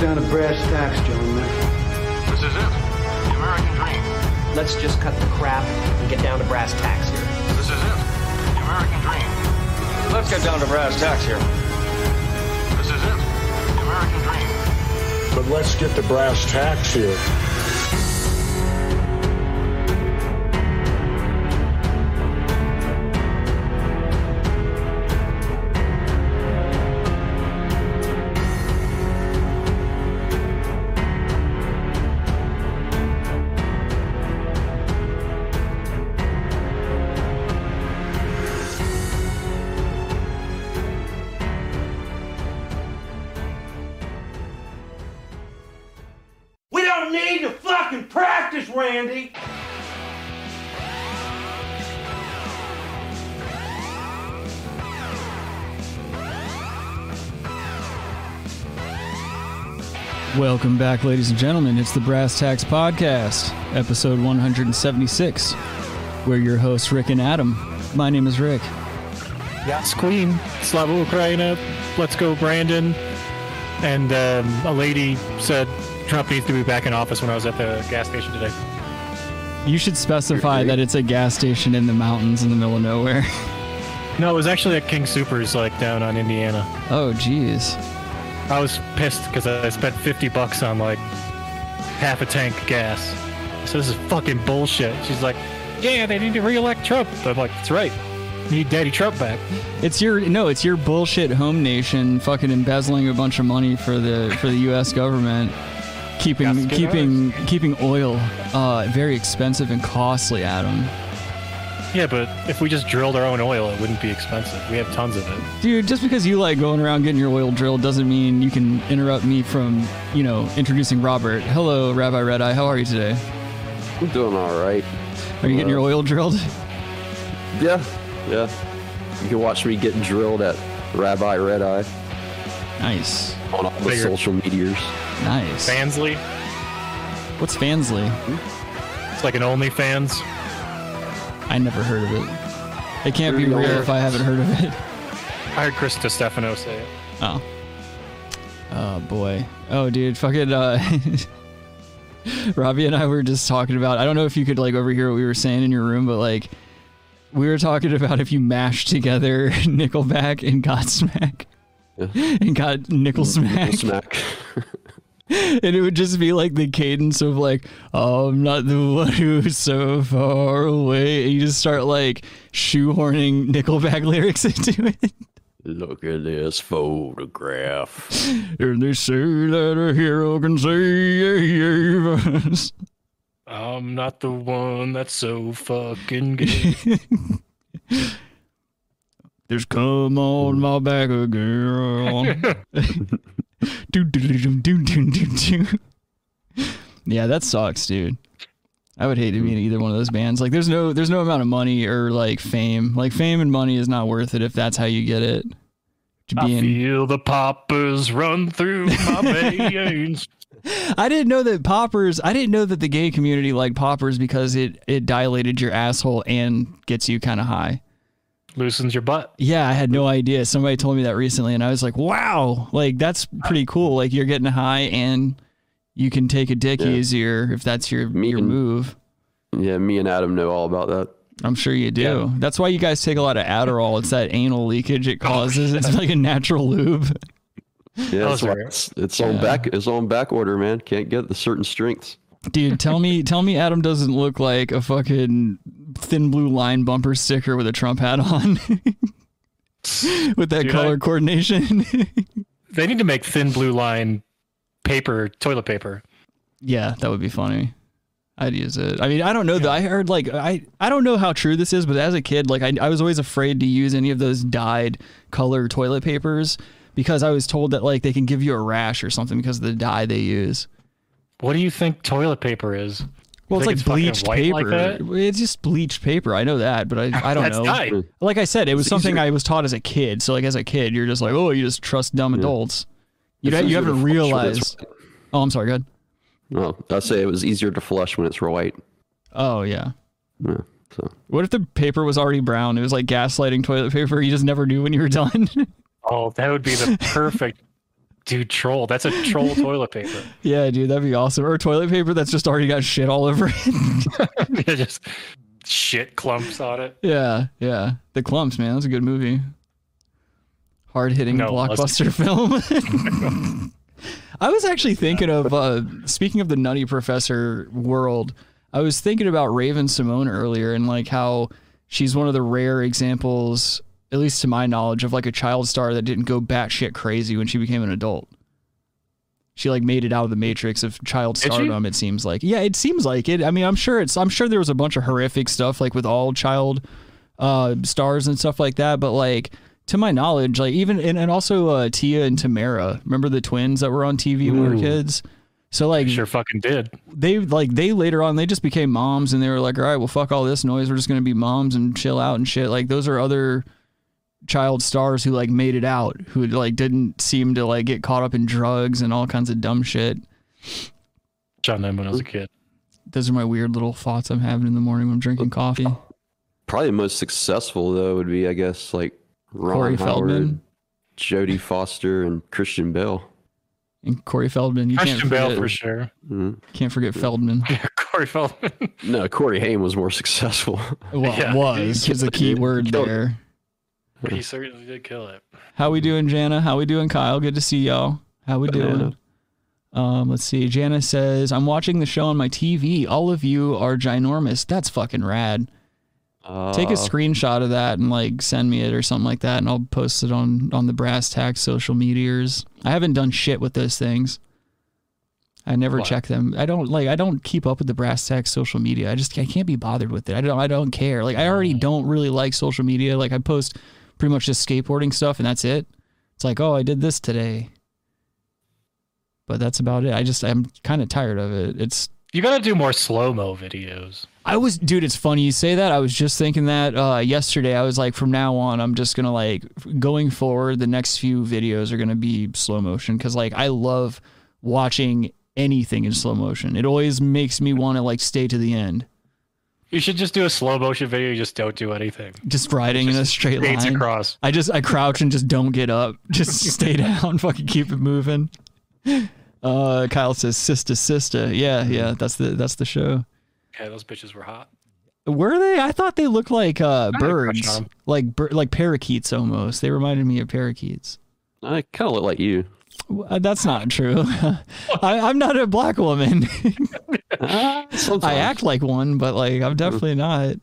down to brass tacks, gentlemen. This is it. The American dream. Let's just cut the crap and get down to brass tacks here. This is it. The American dream. Let's get down to brass tacks here. This is it. The American dream. But let's get to brass tacks here. We don't need to fucking practice, Randy. Welcome back, ladies and gentlemen. It's the Brass Tacks Podcast, episode 176. We're your hosts, Rick and Adam. My name is Rick. Yes, Queen. Slava Ukraina. Let's go, Brandon. And um, a lady said Trump needs to be back in office when I was at the gas station today. You should specify that it's a gas station in the mountains in the middle of nowhere. No, it was actually at King Supers, like down on Indiana. Oh, geez. I was pissed because I spent 50 bucks on like half a tank of gas. So this is fucking bullshit. She's like, yeah, they need to re-elect Trump. I'm like, that's right. You need Daddy Trump back. It's your no, it's your bullshit home nation fucking embezzling a bunch of money for the for the US government. Keeping Yes, good keeping keeping oil uh, very expensive and costly, Adam. Yeah, but if we just drilled our own oil, it wouldn't be expensive. We have tons of it. Dude, just because you like going around getting your oil drilled doesn't mean you can interrupt me from, you know, introducing Robert. Hello, Rabbi Red Eye. How are you today? I'm doing all right. Are you getting your oil drilled? Yeah, yeah. You can watch me get drilled at Rabbi Red Eye Nice. on all the Figured. social medias. Nice. Fansley, What's Fansley? it's like an OnlyFans. I never heard of it. It can't be real $30. if I haven't heard of it. I heard Chris Stefano say it. Oh. Oh boy. Oh dude, fucking uh Robbie and I were just talking about I don't know if you could like overhear what we were saying in your room, but like we were talking about if you mashed together Nickelback and Godsmack. And got nickel smack, Smack. and it would just be like the cadence of like, "I'm not the one who's so far away." And you just start like shoehorning Nickelback lyrics into it. Look at this photograph. And they say that a hero can save us. I'm not the one that's so fucking good. There's come on my back again. do, do, do, do, do, do, do, do. Yeah, that sucks, dude. I would hate to be in either one of those bands. Like, there's no, there's no amount of money or like fame. Like, fame and money is not worth it if that's how you get it. To I be in. feel the poppers run through my veins. I didn't know that poppers. I didn't know that the gay community liked poppers because it it dilated your asshole and gets you kind of high. Loosens your butt. Yeah, I had no idea. Somebody told me that recently, and I was like, "Wow, like that's pretty cool. Like you're getting high, and you can take a dick easier if that's your Me your and- move." Yeah, me and Adam know all about that. I'm sure you do. That's why you guys take a lot of Adderall. It's that anal leakage Oh, it causes. it's like a natural lube. Yeah, was that's why rare. it's, it's on back. It's on back order, man. Can't get the certain strengths. Dude, tell me, tell me, Adam doesn't look like a fucking thin blue line bumper sticker with a Trump hat on, with that Dude, I- color coordination. They need to make thin blue line paper, toilet paper. Yeah, that would be funny. I'd use it. I mean, I don't know that I heard like I I don't know how true this is, but as a kid, like I I was always afraid to use any of those dyed color toilet papers because I was told that like they can give you a rash or something because of the dye they use. What do you think toilet paper is? Well, You it's like think fucking bleached white like paper. that? it's just bleached paper. I know that, but I I don't That's know. dyed. Like I said, it was something I was taught as a kid. So like as a kid, you're just like, oh, you just trust dumb adults. You It's don't, you easier to haven't flush when realized. it's- Oh, I'm sorry. Go ahead. No, I say it was easier to flush when it's white. Oh yeah. Yeah, so What if the paper was already brown? It was like gaslighting toilet paper. You just never knew when you were done. Oh, that would be the perfect Dude, troll. That's a troll toilet paper. Yeah, dude, that'd be awesome. Or toilet paper that's just already got shit all over it. It just shit clumps on it. yeah, yeah. The Clumps, man. That's a good movie. Hard hitting No, it blockbuster film. I was actually thinking of, uh, speaking of the Nutty Professor world, I was thinking about Raven Simone earlier and like how she's one of the rare examples, at least to my knowledge, of like a child star that didn't go batshit crazy when she became an adult. She like made it out of the matrix of child she? stardom. It seems like, yeah, it seems like it. I mean, I'm sure it's. I'm sure there was a bunch of horrific stuff like with all child uh, stars and stuff like that. But like to my knowledge, like even and, and also uh, Tia and Tamara. Remember the twins that were on TV when we were kids. So like Sure fucking did. they like they later on they just became moms and they were like, all right, well fuck all this noise. We're just gonna be moms and chill out and shit. Like those are other child stars who like made it out, who like didn't seem to like get caught up in drugs and all kinds of dumb shit. Shot them when I was a kid. Those are my weird little thoughts I'm having in the morning when I'm drinking coffee. Probably the most successful though would be, I guess, like Ron Corey Howard, Feldman. Jodie Foster, and Christian Bale. And Corey Feldman, you Christian can't Bale forget, for sure. can't forget Feldman. Corey Feldman. Mm-hmm. No, Corey Haim was more successful. Well, Yeah. was is a key word Killed it. there. he certainly did kill it. How we doing, Jana? How we doing, Kyle? Good to see y'all. How we doing? Banana. Um, let's see. Jana says, "I'm watching the show on my TV. All of you are ginormous. That's fucking rad. Take a Uh, screenshot of that and like send me it or something like that, and I'll post it on on the Brass Tack social meteors. I haven't done shit with those things. I never check them. I don't like. I don't keep up with the Brass Tack social media. I just I can't be bothered with it. I don't. I don't care. Like I already don't really like social media. Like I post pretty much just skateboarding stuff, and that's it. It's like, oh, I did this today. But that's about it. I just I'm kind of tired of it. It's You gotta do more slow mo videos. I was, dude, it's funny you say that. I was just thinking that uh, yesterday. I was like, from now on, I'm just going to like, going forward, the next few videos are going to be slow motion because like I love watching anything in slow motion. It always makes me want to like stay to the end. You should just do a slow motion video. You just don't do anything. Just riding in a straight Fades line. across. I just, I crouch and just don't get up. Just stay down, fucking keep it moving. Uh, Kyle says, sister, sister. Yeah, yeah, that's the, that's the show. Yeah, those bitches were hot. Were they? I thought they looked like uh, had a crush birds, on 'em. like bir- like parakeets almost. They reminded me of parakeets. I kind of look like you. W- uh, That's not true. I, I'm not a black woman. Sometimes. I act like one, but like I'm definitely not.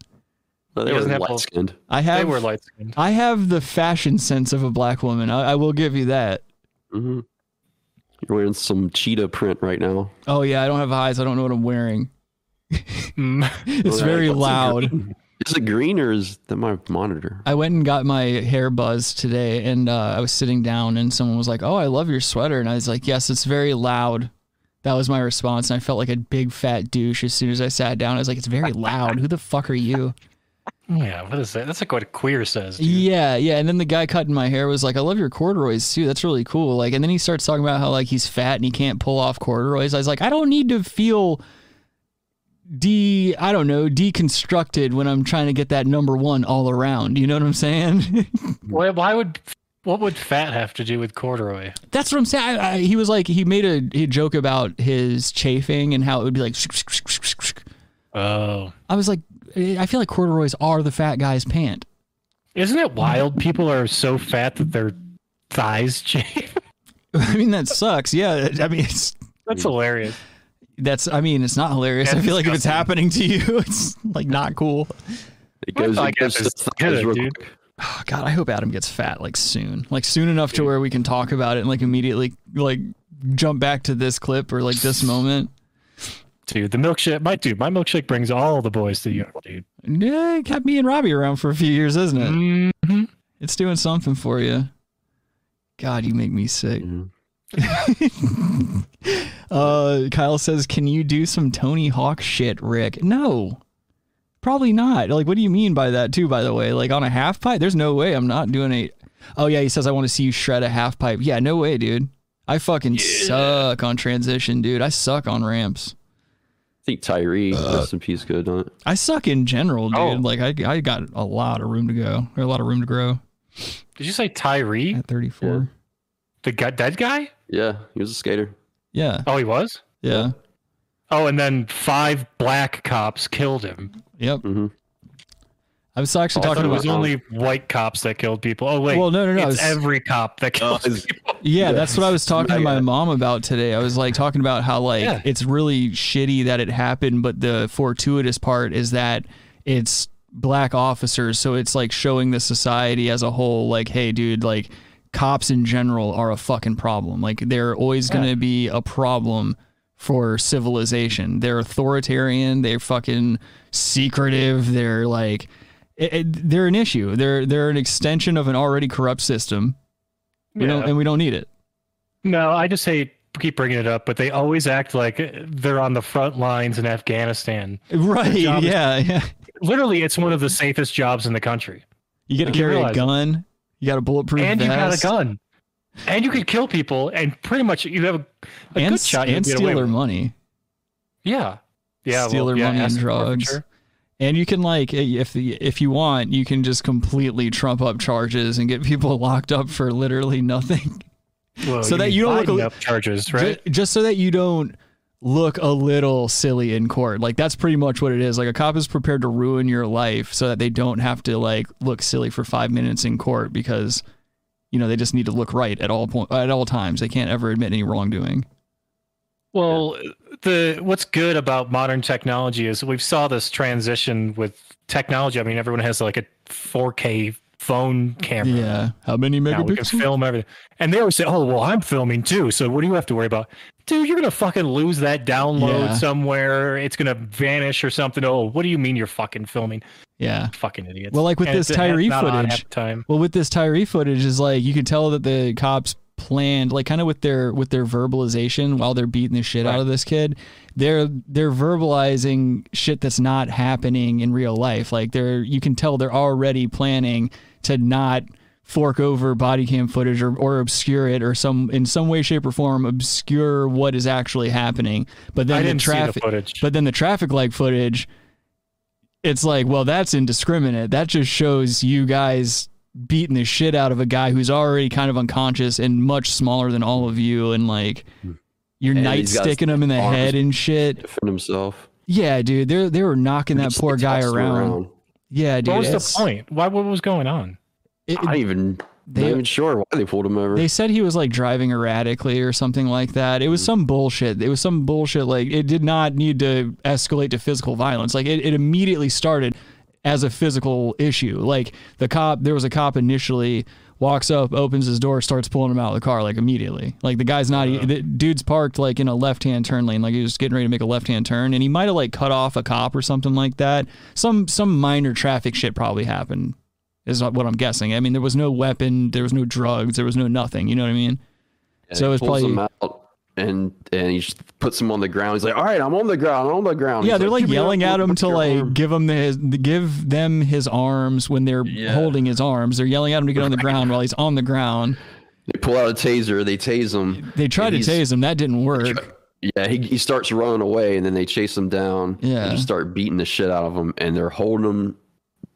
But He they were doesn't have light skinned. I Mm-hmm. They have were light skinned. I have the fashion sense of a black woman. I, I will give you that. Mm-hmm. You're wearing some cheetah print right now. Oh yeah, I don't have eyes. I don't know what I'm wearing. Mm. It's Alright, very what's the loud. green- Is it green or is that my monitor? I went and got my hair buzzed today, and uh, I was sitting down, and someone was like, "Oh, I love your sweater," and I was like, "Yes, it's very loud." That was my response, and I felt like a big fat douche as soon as I sat down. I was like, "It's very loud. Who the fuck are you?" Yeah, what is that? That's like what a queer says. dude. Yeah, yeah. And then the guy cutting my hair was like, "I love your corduroys too. That's really cool." Like, and then he starts talking about how like he's fat and he can't pull off corduroys. I was like, I don't need to feel de I don't know deconstructed when I'm trying to get that number one all around. You know what I'm saying? Why, why would what would fat have to do with corduroy? That's what I'm saying. I, I, he was like, he made a, he joke about his chafing and how it would be like. Oh, I was like, I feel like corduroys are the fat guy's pant. isn't it wild? People are so fat that their thighs chafe. I mean, that sucks. Yeah, I mean, it's That's hilarious. that's. I mean, it's not hilarious. I That's feel like if it's disgusting. happening to you, it's like not cool. It What goes, if I it goes get this to thighs together, real dude? quick. Oh, God, I hope Adam gets fat like soon, like soon enough to where we can talk about it and like immediately like jump back to this clip or like this moment. Dude, the milkshake, my dude, my milkshake brings all the boys to Europe, dude. Yeah, it kept me and Robbie around for a few years, isn't it? It's doing something for you. God, you make me sick. uh, Kyle says, "Can you do some Tony Hawk shit, Rick?" No, probably not. Like, what do you mean by that, too? By the way, like on a half pipe, there's no way I'm not doing a. Oh yeah, he says I want to see you shred a half pipe. Yeah, no way, dude. I fucking suck on transition, dude. I suck on ramps. I think Tyree, rest in peace, good on it. I suck in general, dude. Oh. Like I, I got a lot of room to go, or a lot of room to grow Did you say Tyree, at 34. the guy, dead guy? Yeah, he was a skater. Yeah. Oh, he was. Yeah. Oh, and then five black cops killed him. Yep. Mhm. I was actually Oh, I talking thought it about. was only white cops that killed people. Oh wait, Well, no, no, no, it's it's- every cop that kills it's- people. Yeah, that's what I was talking to Yeah. my mom about today. I was like talking about how like Yeah. it's really shitty that it happened, but the fortuitous part is that it's black officers, so it's like showing the society as a whole like hey dude, like cops in general are a fucking problem. Like they're always going to be a problem for civilization. They're authoritarian, they're fucking secretive, they're like it, it- they're an issue. They're they're an extension of an already corrupt system. We don't, Yeah. and we don't need it. No, I just hate keep bringing it up, but they always act like they're on the front lines in Afghanistan. Right. job is- Yeah. yeah. Literally, it's one of the safest jobs in the country, You got to didn't carry a realize it. gun. You got a bulletproof and you got a vest. gun, and you can kill people, and pretty much you have a, a and good s- shot. you and can get steal away their with it. money. Yeah, yeah, steal well, their yeah, money and asset drugs. forfeiture. And you can like, if if you want, you can just completely trump up charges and get people locked up for literally nothing. Well, So that mean you don't look a Biden li- up charges, right? Ju- just so that you don't look a little silly in court. Like that's pretty much what it is. Like a cop is prepared to ruin your life so that they don't have to like look silly for 5 minutes in court because you know, they just need to look right at all point at all times. They can't ever admit any wrongdoing. Well, the what's good about modern technology is we've saw this transition with technology. I mean, everyone has like a 4K phone camera. Yeah. How many Now we can megapixels? film everything. And they always say, "Oh, well, I'm filming too, so what do you have to worry about?" Dude, you're gonna fucking lose that download Yeah. somewhere. It's gonna vanish or something. Oh, what do you mean you're fucking filming? Yeah. Fucking idiots. Well, like with And this it's- and it's Tyree not on footage. half the time. Well, with this Tyree footage, is like you can tell that the cops planned, like kind of with their with their verbalization while they're beating the shit out of this kid. They're they're verbalizing shit that's not happening in real life. Like they're you can tell they're already planning to not fork over body cam footage or, or obscure it or some in some way shape or form obscure what is actually happening but then I the didn't see the traffic footage. but then the traffic light footage it's like, well, that's indiscriminate. That just shows you guys beating the shit out of a guy who's already kind of unconscious and much smaller than all of you, and like your And knight he's got sticking him in the arms. head and shit. Defend himself. Yeah, dude, they they were knocking that Just poor guy tossed him around. Yeah, dude. What was it's- the point? Why? What was going on? it- I even They- not even sure why they pulled him over. they said he was like driving erratically or something like that. It was some bullshit. It was some bullshit. Like it did not need to escalate to physical violence. Like it, it immediately started as a physical issue. Like the cop, there was a cop initially walks up, opens his door, starts pulling him out of the car like immediately. Like the guy's not, e, the dude's parked like in a left hand turn lane. Like he was getting ready to make a left hand turn and he might have like cut off a cop or something like that. Some, some minor traffic shit probably happened is what I'm guessing. I mean, there was no weapon, there was no drugs, there was no nothing. You know what I mean? And so he it's pulls probably- him out and and he just puts him on the ground. He's like, "All right, I'm on the ground. I'm on the ground." yeah, He's they're like "Give me yelling your at arm, him give to me your like arm." give him his give them his arms when they're Yeah. holding his arms. They're yelling at him to get on the ground while he's on the ground. They pull out a taser. They tase him. They tried and to he's- tase him, that didn't work. Yeah, he, he starts running away, and then they chase him down. Yeah. and just start beating the shit out of him, and they're holding him.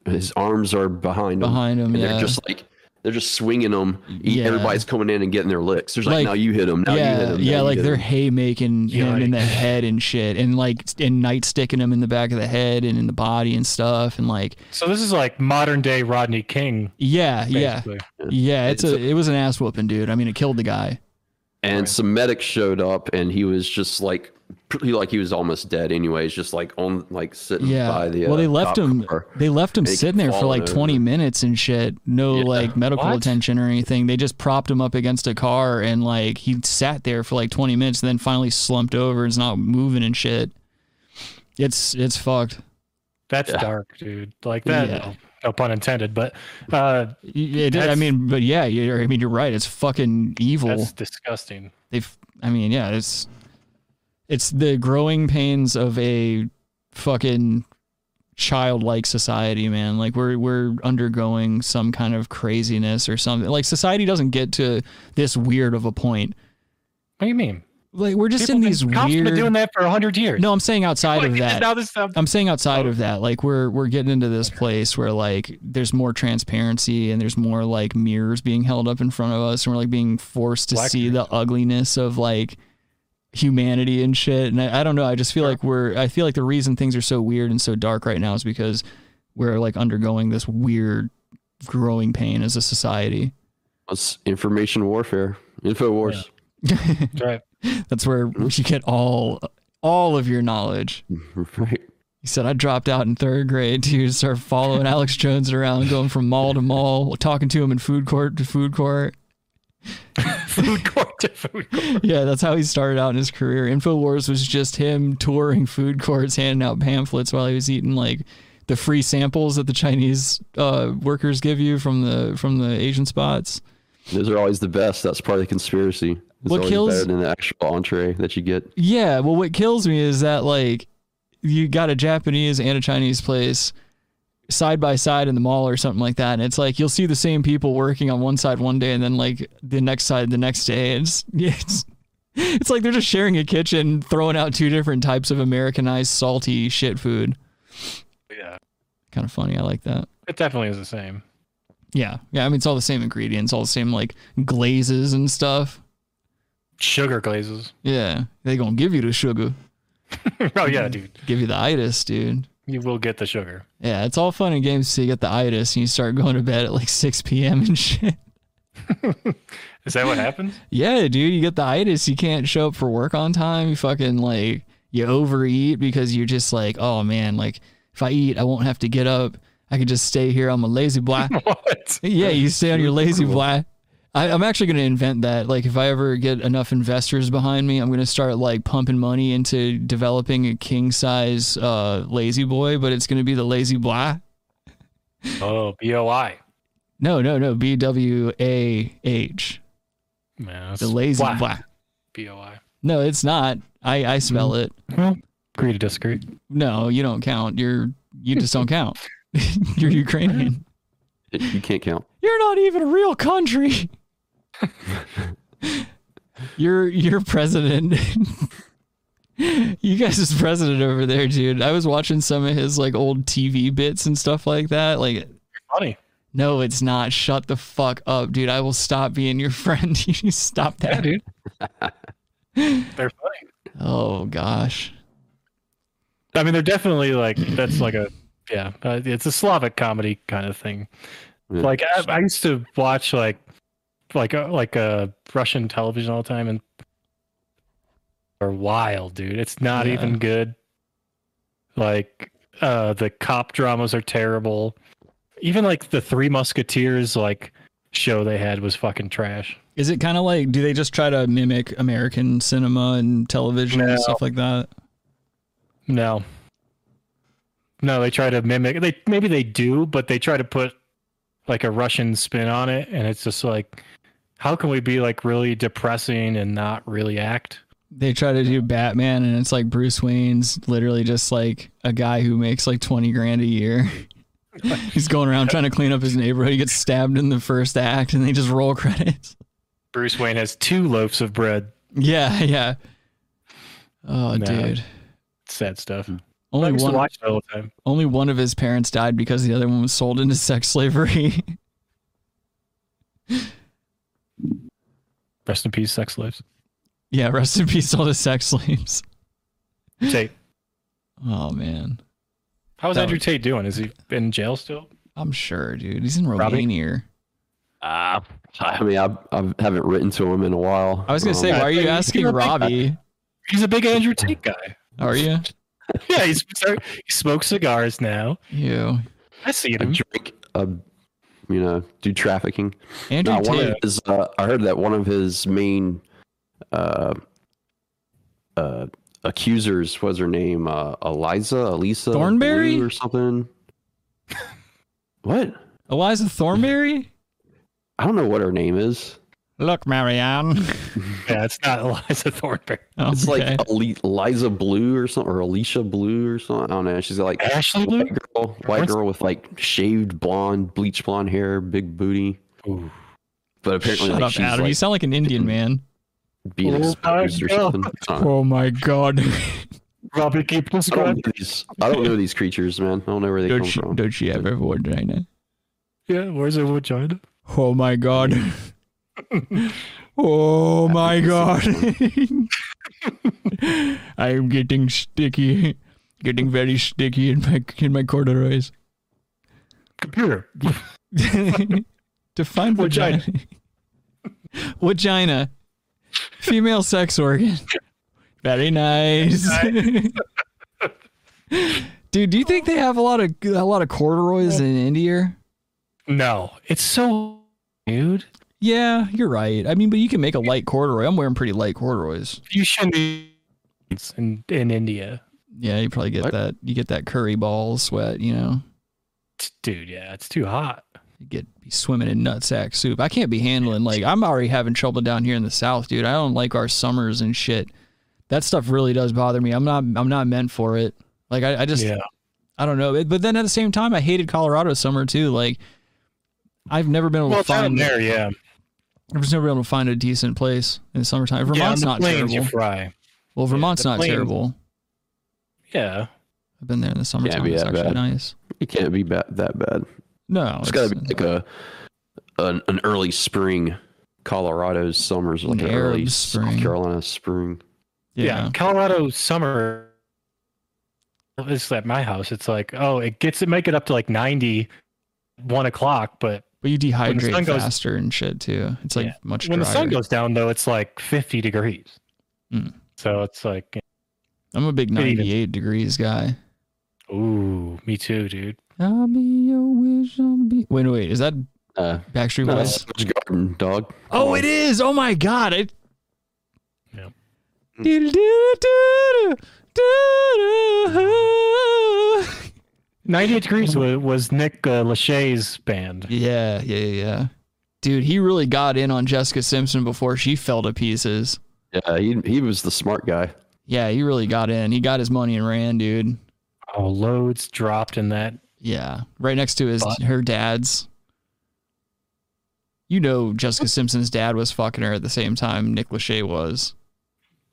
His arms are behind him. Behind him, and yeah. They're just like they're just swinging him. He- Yeah. Everybody's coming in and getting their licks. There's like, Like, now you hit him. Now you hit yeah, him. now yeah, you like hit they're him." haymaking him in the Yikes. head and shit, and like and night sticking him in the back of the head and in the body and stuff, and like So this is like modern day Rodney King. yeah, Basically. yeah, yeah. It's, It's a, it was an ass whooping, dude. I mean, it killed the guy. and some medic showed up and he was just like pretty like he was almost dead anyways just like on like sitting yeah. by the well, they uh, left cop him. car. They left him They kept sitting there for falling like 20 over. minutes and shit. No Yeah. like medical What? attention or anything. They just propped him up against a car and like he sat there for like 20 minutes and then finally slumped over and is not moving and shit. It's it's fucked. That's dark, dude. Like that. Yeah. No, no pun intended, but uh, It- it- I That's- mean, but yeah, you're, I mean, you're right. It's fucking evil. that's disgusting. They've. I mean, yeah, it's it's the growing pains of a fucking childlike society, man. Like we're we're undergoing some kind of craziness or something. Like society doesn't get to this weird of a point. What do you mean? Like we're just People in been- these cops weird. been doing that for hundred years. No, I'm saying outside Like, of that. Now this, um, I'm saying outside of that, like we're we're getting into this place where like there's more transparency and there's more like mirrors being held up in front of us, and we're like being forced to Black see the ugliness of like humanity and shit. And I, I don't know. I just feel like we're. I feel like the reason things are so weird and so dark right now is because we're like undergoing this weird growing pain as a society. It's information warfare, info wars. that's right. That's where you get all all of your knowledge. Right. He said, I dropped out in third grade to start following Alex Jones around, going from mall to mall, talking to him in food court to food court. food court to food court. Yeah, that's how he started out in his career. InfoWars was just him touring food courts, handing out pamphlets while he was eating like the free samples that the Chinese uh, workers give you from the from the Asian spots. Those are always the best. That's part of the conspiracy. It's What always kills- better than the actual entree that you get. Yeah, well, what kills me is that like you got a Japanese and a Chinese place side by side in the mall or something like that, and it's like you'll see the same people working on one side one day and then like the next side the next day. and It's it's it's like they're just sharing a kitchen, throwing out two different types of Americanized salty shit food. Yeah, Kind of funny. I like that. it definitely is the same. Yeah, yeah. I mean, it's all the same ingredients, all the same like glazes and stuff. Sugar glazes. Yeah, they gonna give you the sugar, oh Mm-hmm. yeah, dude, give you the itis, dude. you will get the sugar. Yeah, it's all fun and games till you get the itis and you start going to bed at like 6 p.m. and shit. Is that what happens? Yeah, dude, you get the itis. You can't show up for work on time. You fucking like, you overeat because you're just like, oh man, like if I eat, I won't have to get up. I can just stay here. I'm a lazy boy. what? yeah, you stay on your lazy boy. I, I'm actually going to invent that. Like, if I ever get enough investors behind me, I'm going to start like pumping money into developing a king size uh, lazy boy, but it's going to be the lazy boy. Oh, B O I. No, no, no. B W A H. Man, that's The lazy why. black. B O I. No, it's not. I I spell it. Well, agree to disagree. No, you don't count. You're you just don't count. You're Ukrainian. It, you can't count. You're not even a real country. your your president. you guys is president over there, dude. I was watching some of his like old TV bits and stuff like that. Like Funny. no, it's not. Shut the fuck up, dude. I will stop being your friend. you stop that. Yeah, dude. They're funny. Oh gosh. I mean, they're definitely like that's like a yeah, uh, it's a Slavic comedy kind of thing. Yeah. Like I, I used to watch like like uh, like uh, Russian television all the time, and are wild, dude. It's not Yeah. even good. Like uh, the cop dramas are terrible. Even like the Three Musketeers like show they had was fucking trash. Is it kind of like do they just try to mimic American cinema and television No. and stuff like that? No. No, they try to mimic. They maybe they do, but they try to put like a Russian spin on it, and it's just like, how can we be like really depressing and not really act? They try to do Batman and it's like Bruce Wayne's literally just like a guy who makes like 20 grand a year. He's going around trying to clean up his neighborhood. He gets stabbed in the first act and they just roll credits. Bruce Wayne has two loaves of bread. Yeah, yeah. Oh, No. dude. Sad stuff. Hmm. I Only used to one, watch it all the time. only one of his parents died because the other one was sold into sex slavery. Rest in peace, sex slaves. yeah, rest in peace, all the sex slaves. Tate. Oh, man. How's That Andrew was- Tate doing? Is he in jail still? I'm sure, dude. He's in Robbie? Romania. Ah, I mean, I, I haven't written to him in a while. I was gonna say, Um, why are you Yeah. asking Robbie? He's a big Andrew Tate guy. Are you? yeah, he's, he smokes cigars now. You. I see I him. drink, uh, you know, do trafficking. Andrew No, one Tate. of his, uh, I heard that one of his main uh, uh, accusers was her name uh, Eliza, Elisa Thornberry? Blue or something. what? Eliza Thornberry? I don't know what her name is. Look, Marianne. Yeah, it's not Eliza Thornberry. Oh, It's okay. like Eli- Eliza Blue or something, or Alicia Blue or something. I don't know. She's like Ashley Blue? white girl, white What's- girl with like shaved blonde, bleach blonde hair, big booty. But apparently, Shut like, up, she's Adam. you like, sound like an Indian man. being Oh my exposed or God. something. I don't know. Oh my god. Robbie, keep I don't, describing. know these, I don't know these creatures, man. I don't know where they Don't come she, from. don't she have a vagina? Yeah, where's her vagina? Oh my god. Oh my god. I'm getting sticky. Getting very sticky in my in my corduroys. Computer. Define vagina. Vagina. Female sex organ. Very nice. Dude, do you think they have a lot of a lot of corduroys in India? No, it's so, dude. Yeah, you're right. I mean, but you can make a light corduroy. I'm wearing pretty light corduroys. You shouldn't be in in India, Yeah, you probably get What? that. You get that curry ball sweat. You know, dude. Yeah, it's too hot. you get be swimming in nutsack soup. I can't be handling like I'm already having trouble down here in the south, dude. I don't like our summers and shit. That stuff really does bother me. I'm not. I'm not meant for it. Like I, I just. Yeah. I don't know. It- But then at the same time, I hated Colorado summer too. Like I've never been able Well, to find. down there, yeah. I've just never been able to find a decent place in the summertime. yeah, on Vermont's the not plains, terrible. You fry. Well, Vermont's the not plains. terrible. Yeah, I've been there in the summertime. be it's that actually bad. nice. It can't be ba- that bad. Oh, No, it's got to be like a an, an early spring. Colorado's summers like An an Arab early spring. South Carolina spring. yeah. yeah. Colorado summer. It's at my house. It's like, oh, it gets it make it up to like 90, one o'clock. But But you the sun dehydrate goes- faster and shit too. It's like Yeah. much when the sun drier. goes down, though, it's like fifty degrees. Hmm. So it's like, I'm a big Good evening. 98 degrees guy. ooh, me too, dude. I'll be your wish. I'll be. Wait, wait. Is that Uh, Backstreet no, Boys? Savage garden dog. Oh, it is. Oh my god. It. Yeah. Ninety-eight degrees was, was Nick uh, Lachey's band. Yeah, yeah, yeah. Dude, he really got in on Jessica Simpson before she fell to pieces. Yeah, he he was the smart guy. Yeah, he really got in. He got his money and ran, dude. Oh, loads dropped in that. Yeah, right next to his But- her dad's. You know, Jessica Simpson's dad was fucking her at the same time Nick Lachey was.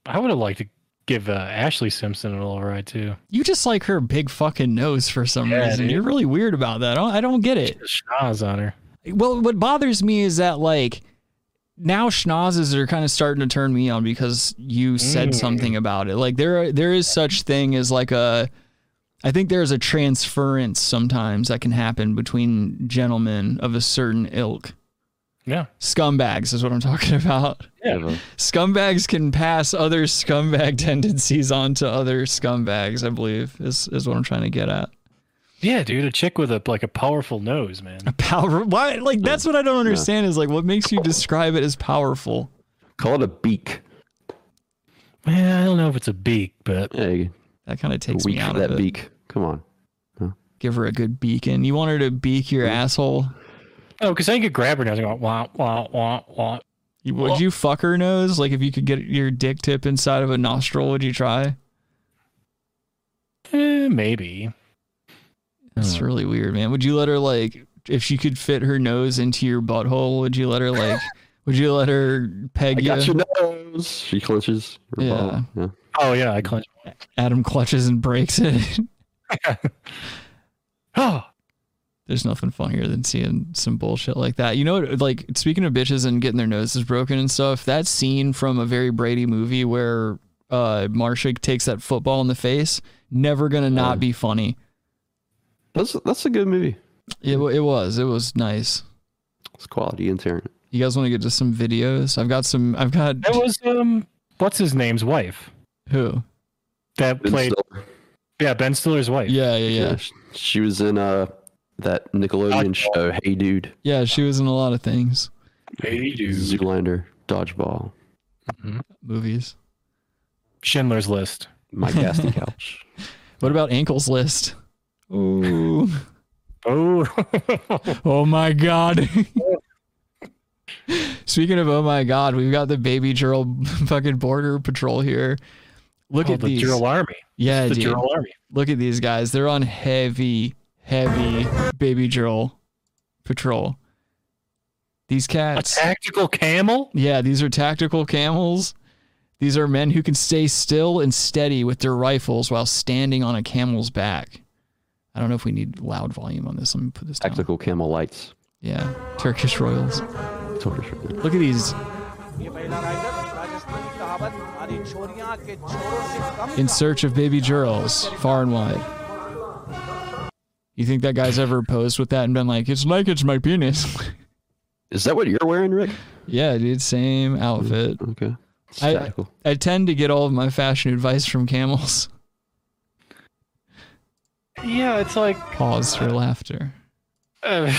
I would have liked to give uh, Ashley Simpson a little ride too. You just like her big fucking nose for some Yeah, reason. dude. You're really weird about that. I don't, I don't get it. Schnoz on her. Well, what bothers me is that like now schnozzes are kind of starting to turn me on because you said Mm. something about it. Like there, are- there is such thing as like a. I think there is a transference sometimes that can happen between gentlemen of a certain ilk. Yeah. Scumbags is what I'm talking about. Yeah. Of a- Scumbags can pass other scumbag tendencies on to other scumbags, I believe, is, is what I'm trying to get at. Yeah, dude, a chick with a like a powerful nose, man. Power why like that's what I don't understand is like what makes you describe it as powerful. Call it a beak. Man, I don't know if it's a beak, but Yeah, you That kind of takes weak me for out of that it. beak. Come on. Give her a good beacon. You want her to beak your asshole? oh, because I could grab her nose and go wah wah wah wah. You- Would you fuck her nose? Like if you could get your dick tip inside of a nostril, would you try? Eh, maybe. That's Oh. really weird, man. Would you let her like if she could fit her nose into your butthole? Would you let her like? would you let her peg I you? got your nose. She clenches. her Yeah. bottle. yeah. Oh yeah, I clench. Adam clutches and breaks it. Oh, There's nothing funnier than seeing some bullshit like that. You know, what, like speaking of bitches and getting their noses broken and stuff, that scene from a very Brady movie where uh, Marsha takes that football in the face, never gonna Oh. not be funny. That's that's a good movie. It, wa- it was, it was nice. It's quality entertainment. You guys want to get to some videos? I've got some. I've got that was um, what's his name's wife who? that Ben played? Stiller. Yeah, Ben Stiller's wife. Yeah, yeah, Yeah. yeah, sh- She was in uh that Nickelodeon show, Hey Dude, yeah. She was in a lot of things, Zoolander, Dodgeball, movies. Schindler's List. My Ghastly Couch. What about Ankles List? Ooh, Oh, oh my god. Speaking of oh my god, we've got the baby Gerald fucking border patrol here. Look Oh, at the these. Gerald Army. yeah, the dude. Gerald Army. Look at these guys. They're on heavy, heavy baby Gerald patrol. These A cats. tactical camel. Yeah, these are tactical camels. These are men who can stay still and steady with their rifles while standing on a camel's back. I don't know if we need loud volume on this. Let me put this down. Tactical camel lights. Yeah, Turkish royals. Look at these in search of baby girls far and wide. You think that guy's ever posed with that and been like, "It's like it's my penis"? Is that what you're wearing, Rick? yeah, dude, same outfit. Okay. It's I, tactical. I tend to get all of my fashion advice from camels. Yeah, it's like Pause for laughter. uh,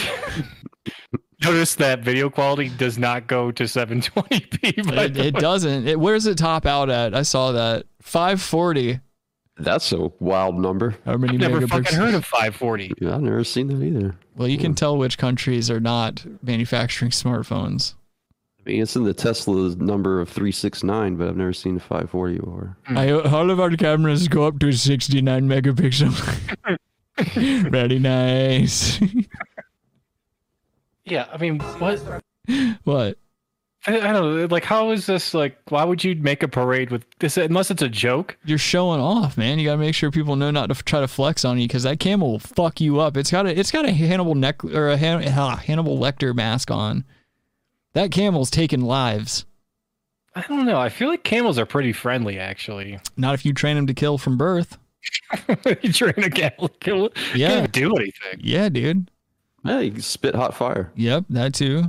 notice that video quality does not go to 720p. By It, the it way. doesn't. It, where's it top out at? I saw that 540. That's a wild number. How many Never fucking megapixels? heard of 540. Yeah, I've never seen that either. Well, you can tell which countries are not manufacturing smartphones. I mean, it's in the Tesla number of 369, but I've never seen a 540 before. Hmm. I, all of our cameras go up to 69 megapixel. Very nice. Yeah, I mean, what? what? I, I don't know. Like, how is this? Like, why would you make a parade with this? Unless it's a joke. You're showing off, man. You gotta make sure people know not to f- try to flex on you because that camel will fuck you up. It's got a it's got a Hannibal neck or a Han, ah, Hannibal Lecter mask on. That camel's taking lives. I don't know. I feel like camels are pretty friendly, actually. Not if you train him to kill from birth. you train a camel, kill it. Yeah. Can't do anything. Yeah, dude. Yeah, you can spit hot fire. Yep, that too.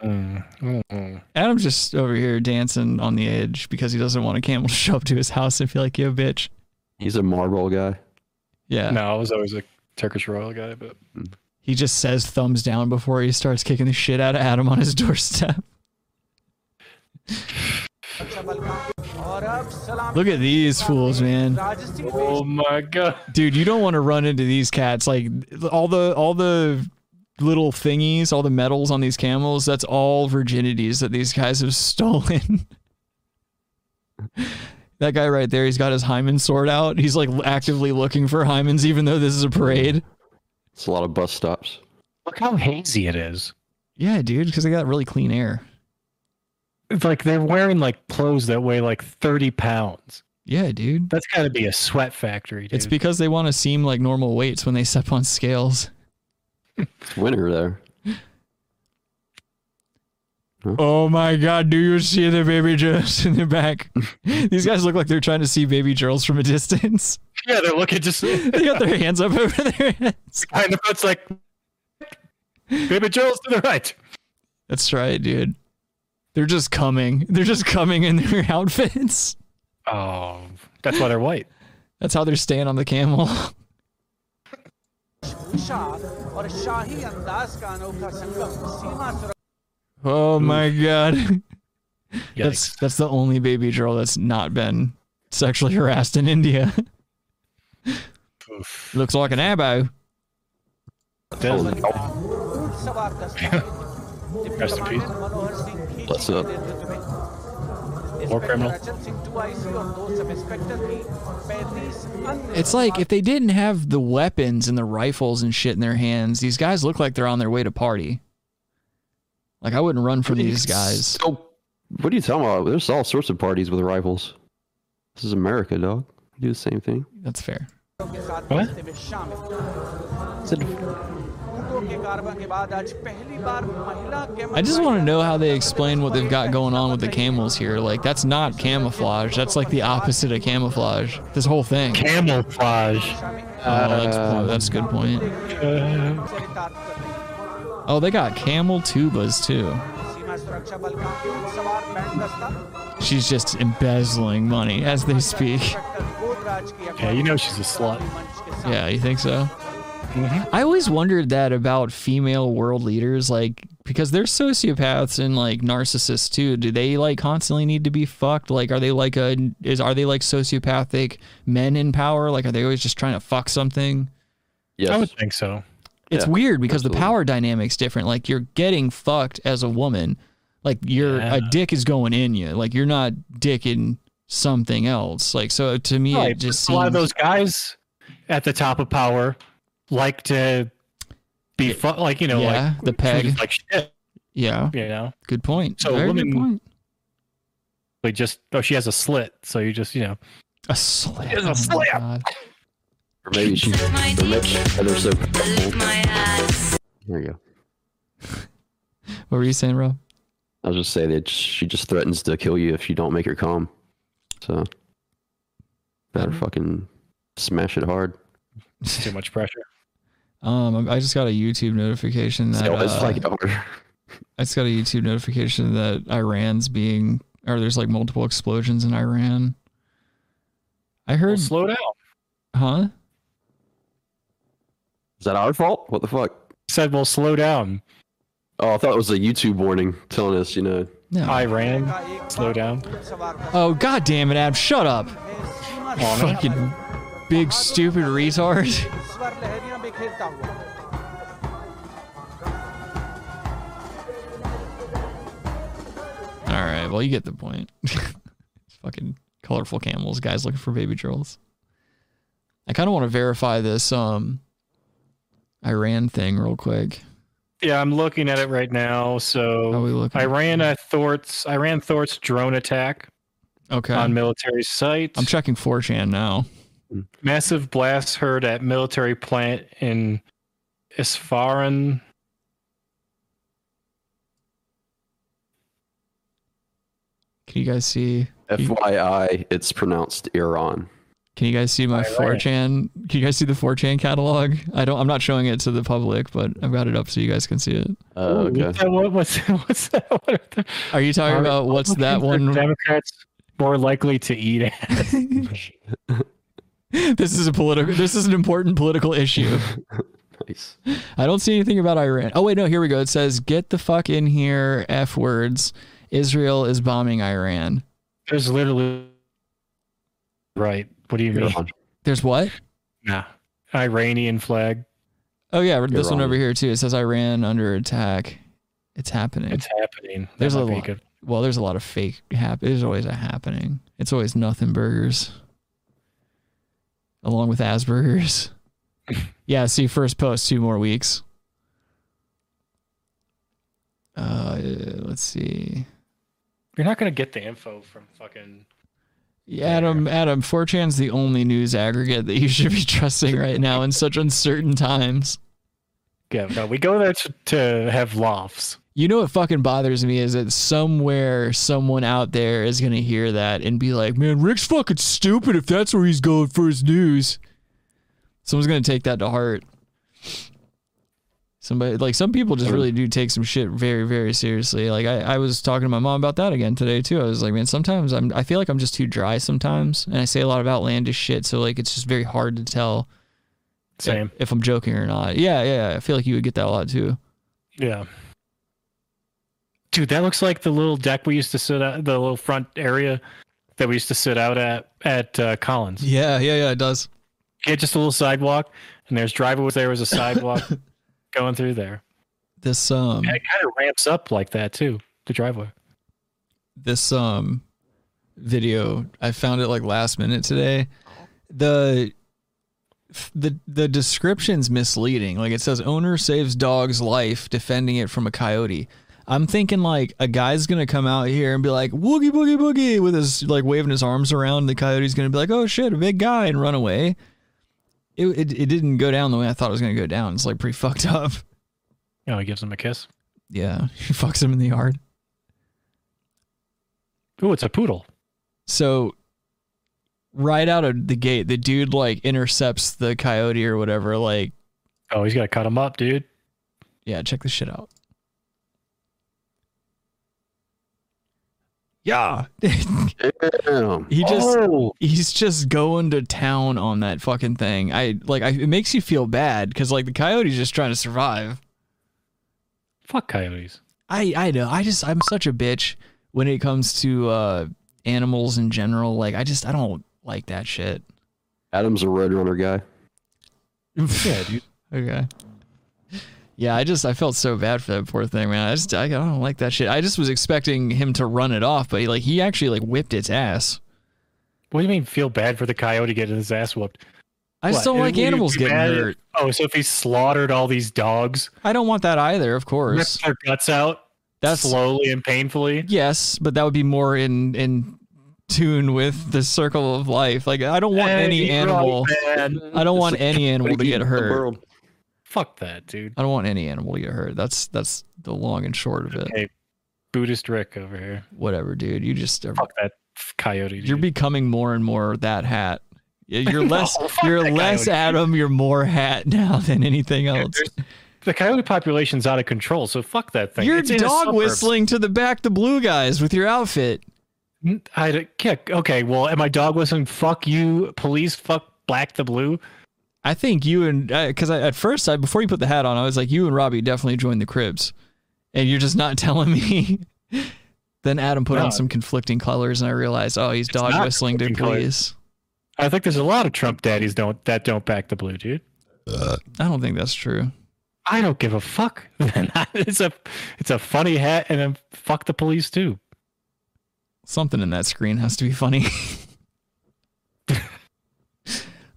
Mm, mm. Adam's just over here dancing on the edge because he doesn't want a camel to show up to his house and feel like, yo, bitch. He's a marble guy. Yeah. No, I was always a Turkish royal guy, but He just says thumbs down before he starts kicking the shit out of Adam on his doorstep. Look at these fools, man. oh my god, Dude, you don't want to run into these cats. Like all the all the little thingies, all the medals on these camels, that's all virginities that these guys have stolen. that guy right there, he's got his hymen sword out. He's like actively looking for hymens even though this is a parade. It's a lot of bus stops. look how hazy it is. Yeah, dude, because they got really clean air. It's like they're wearing like clothes that weigh like thirty pounds. Yeah, dude. That's got to be a sweat factory, dude. It's because they want to seem like normal weights when they step on scales. It's winter there. Oh my god, do you see the baby girls in the back? These guys look like they're trying to see baby girls from a distance. yeah, they're looking just kind they got their hands up over their heads. of it's like baby Joel's to the right. That's right, dude. They're just coming. They're just coming in their outfits. Oh, that's why they're white. That's how they're staying on the camel. Oh my god. That's Yikes. that's the only baby girl that's not been sexually harassed in India. Looks like an abo. Does- Rest in peace. Bless up. War criminal. It's like if they didn't have the weapons and the rifles and shit in their hands, these guys look like they're on their way to party. Like I wouldn't run from these guys. So, what are you talking about? There's all sorts of parties with rifles. This is America, dog. We do the same thing. That's fair. What? I just want to know how they explain what they've got going on with the camels here. Like that's not camouflage. That's like the opposite of camouflage. This whole thing. Camouflage. oh, that's, that's a good point. Oh, they got camel tubas too. She's just embezzling money as they speak. Yeah, you know she's a slut. Yeah, you think so? Mm-hmm. I always wondered that about female world leaders, like because they're sociopaths and like narcissists too. Do they like constantly need to be fucked? Like, are they like a is are they like sociopathic men in power? Like, are they always just trying to fuck something? Yes. I would think so. It's Yeah, weird because the absolutely. power dynamic's different. Like, you're getting fucked as a woman. Like, you're a dick is going in you. Like, you're not dicking something else. Like, so to me, Right, it just a seems lot of those guys at the top of power like to be fu- like you know yeah, like the peg. treated like shit yeah. you know Good point. So Very women- good point. just oh she has a slit, so you just you know A slap. It's a my slap. God. Or maybe she. Lick my Or maybe dick, they're so. lick my ass. There you go. What were you saying, Rob? I was just saying that she just threatens to kill you if you don't make her calm. So better fucking smash it hard. it's too much pressure. Um, I I just got a YouTube notification that So it's uh, like it harder. I just got a YouTube notification that Iran's being, or there's like multiple explosions in Iran. I Well, heard, slow down. huh? Is that our fault? What the fuck? Said well slow down. Oh, I thought it was a YouTube warning telling us, you know, No. Iran, slow down. oh god damn it, Ab! Shut up, fucking big stupid retard. All right, well you get the point. fucking colorful camels, guys looking for baby girls. I kind of want to verify this um Iran thing real quick. Yeah, I'm looking at it right now. How are So we looking? Iran uh, thwarts Iran thwarts drone attack Okay. on military sites. I'm checking 4chan now. Massive blast heard at military plant in Isfahan. Can you guys see? FYI, it's pronounced Iran. Can you guys see my 4chan? Can you guys see the 4chan catalog? I don't. I'm not showing it to the public, but I've got it up so you guys can see it. Uh, Ooh, okay. what's that- what- what's, what's that? What are the- Are you talking Are about what's that Republicans or one? Democrats more likely to eat ass. This is a political. This is an important political issue. Nice. I don't see anything about Iran. Oh wait, no. Here we go. It says, "Get the fuck in here." F words. Israel is bombing Iran. There's literally right. What do you mean? Iran. There's what? Nah. Iranian flag. Oh yeah, this one wrong. over here too. It says Iran under attack. It's happening. It's happening. That There's a might be lot. good- well, there's a lot of fake hap. There's always a happening. It's always nothing burgers, along with Aspergers. yeah, see, first post, two more weeks. Uh, let's see. You're not gonna get the info from fucking. Adam, Adam, 4chan's the only news aggregate that you should be trusting right now in such uncertain times. Yeah, no, we go there to, to have laughs. You know what fucking bothers me is that somewhere someone out there is gonna hear that and be like, "Man, Rick's fucking stupid if that's where he's going for his news." Someone's gonna take that to heart. Somebody like some people just really do take some shit very very seriously. Like I, I was talking to my mom about that again today too. I was like, man, sometimes I'm I feel like I'm just too dry sometimes, and I say a lot of outlandish shit, so like it's just very hard to tell Same. if I'm joking or not. Yeah, yeah, I feel like you would get that a lot too. Yeah. Dude, that looks like the little deck we used to sit at, the little front area that we used to sit out at at uh, Collins. Yeah, yeah, yeah, it does. Yeah, just a little sidewalk, and there's driveways. There was a sidewalk going through there. This um. And it kind of ramps up like that too. The driveway. this um video. I found it like last minute today. The the the description's misleading. Like it says owner saves dog's life defending it from a coyote. I'm thinking like a guy's gonna come out here and be like woogie boogie boogie with his like waving his arms around. The coyote's gonna be like oh shit a big guy and run away. It, it it didn't go down the way I thought it was gonna go down. It's like pretty fucked up. Oh, he gives him a kiss. Yeah, he fucks him in the yard. Ooh, it's a poodle. So right out of the gate, the dude like intercepts the coyote or whatever. Like, Oh, he's got to cut him up, dude. yeah, check this shit out. Yeah. Damn. he just Oh, he's just going to town on that fucking thing. I like I, it makes you feel bad cuz like the coyote's just trying to survive. fuck coyotes. I I know. I just I'm such a bitch when it comes to uh animals in general. Like I just I don't like that shit. Adam's a Roadrunner guy. yeah, dude. Okay. Yeah, I just I felt so bad for that poor thing, man. I just I don't like that shit. I just was expecting him to run it off, but he, like he actually like whipped its ass. What do you mean? Feel bad for the coyote getting his ass whooped? I just What? don't Would like you animals be getting mad if- hurt. oh, so if he slaughtered all these dogs, I don't want that either, of ripped course. their guts out, That's slowly and painfully. yes, but that would be more in in tune with the circle of life. Like I don't want Hey, any you're animal. all bad. I don't want any animal to get hurt. Fuck that, dude. I don't want any animal to get hurt. That's that's the long and short of it. Hey, Buddhist Rick over here. Whatever, dude. You just are, Fuck that coyote. Dude. you're becoming more and more that hat. Yeah, You're less Oh, fuck you're that less coyote. Adam. You're more hat now than anything Yeah, else. there's- the coyote population's out of control, so fuck that thing. You're It's in the dog suburbs. whistling to the back the blue guys with your outfit. N- I don't- yeah, okay. Well, am I dog whistling? Fuck you, police. Fuck black the blue. I think you and because I, at first I before you put the hat on, I was like, you and Robbie definitely joined the cribs, and you're just not telling me. then Adam put No. on some conflicting colors, and I realized, oh, he's dog not whistling to conflicting colors. police. I think there's a lot of Trump daddies don't that don't back the blue, dude. I don't think that's true. I don't give a fuck. it's a it's a funny hat, and then fuck the police too. Something in that screen has to be funny.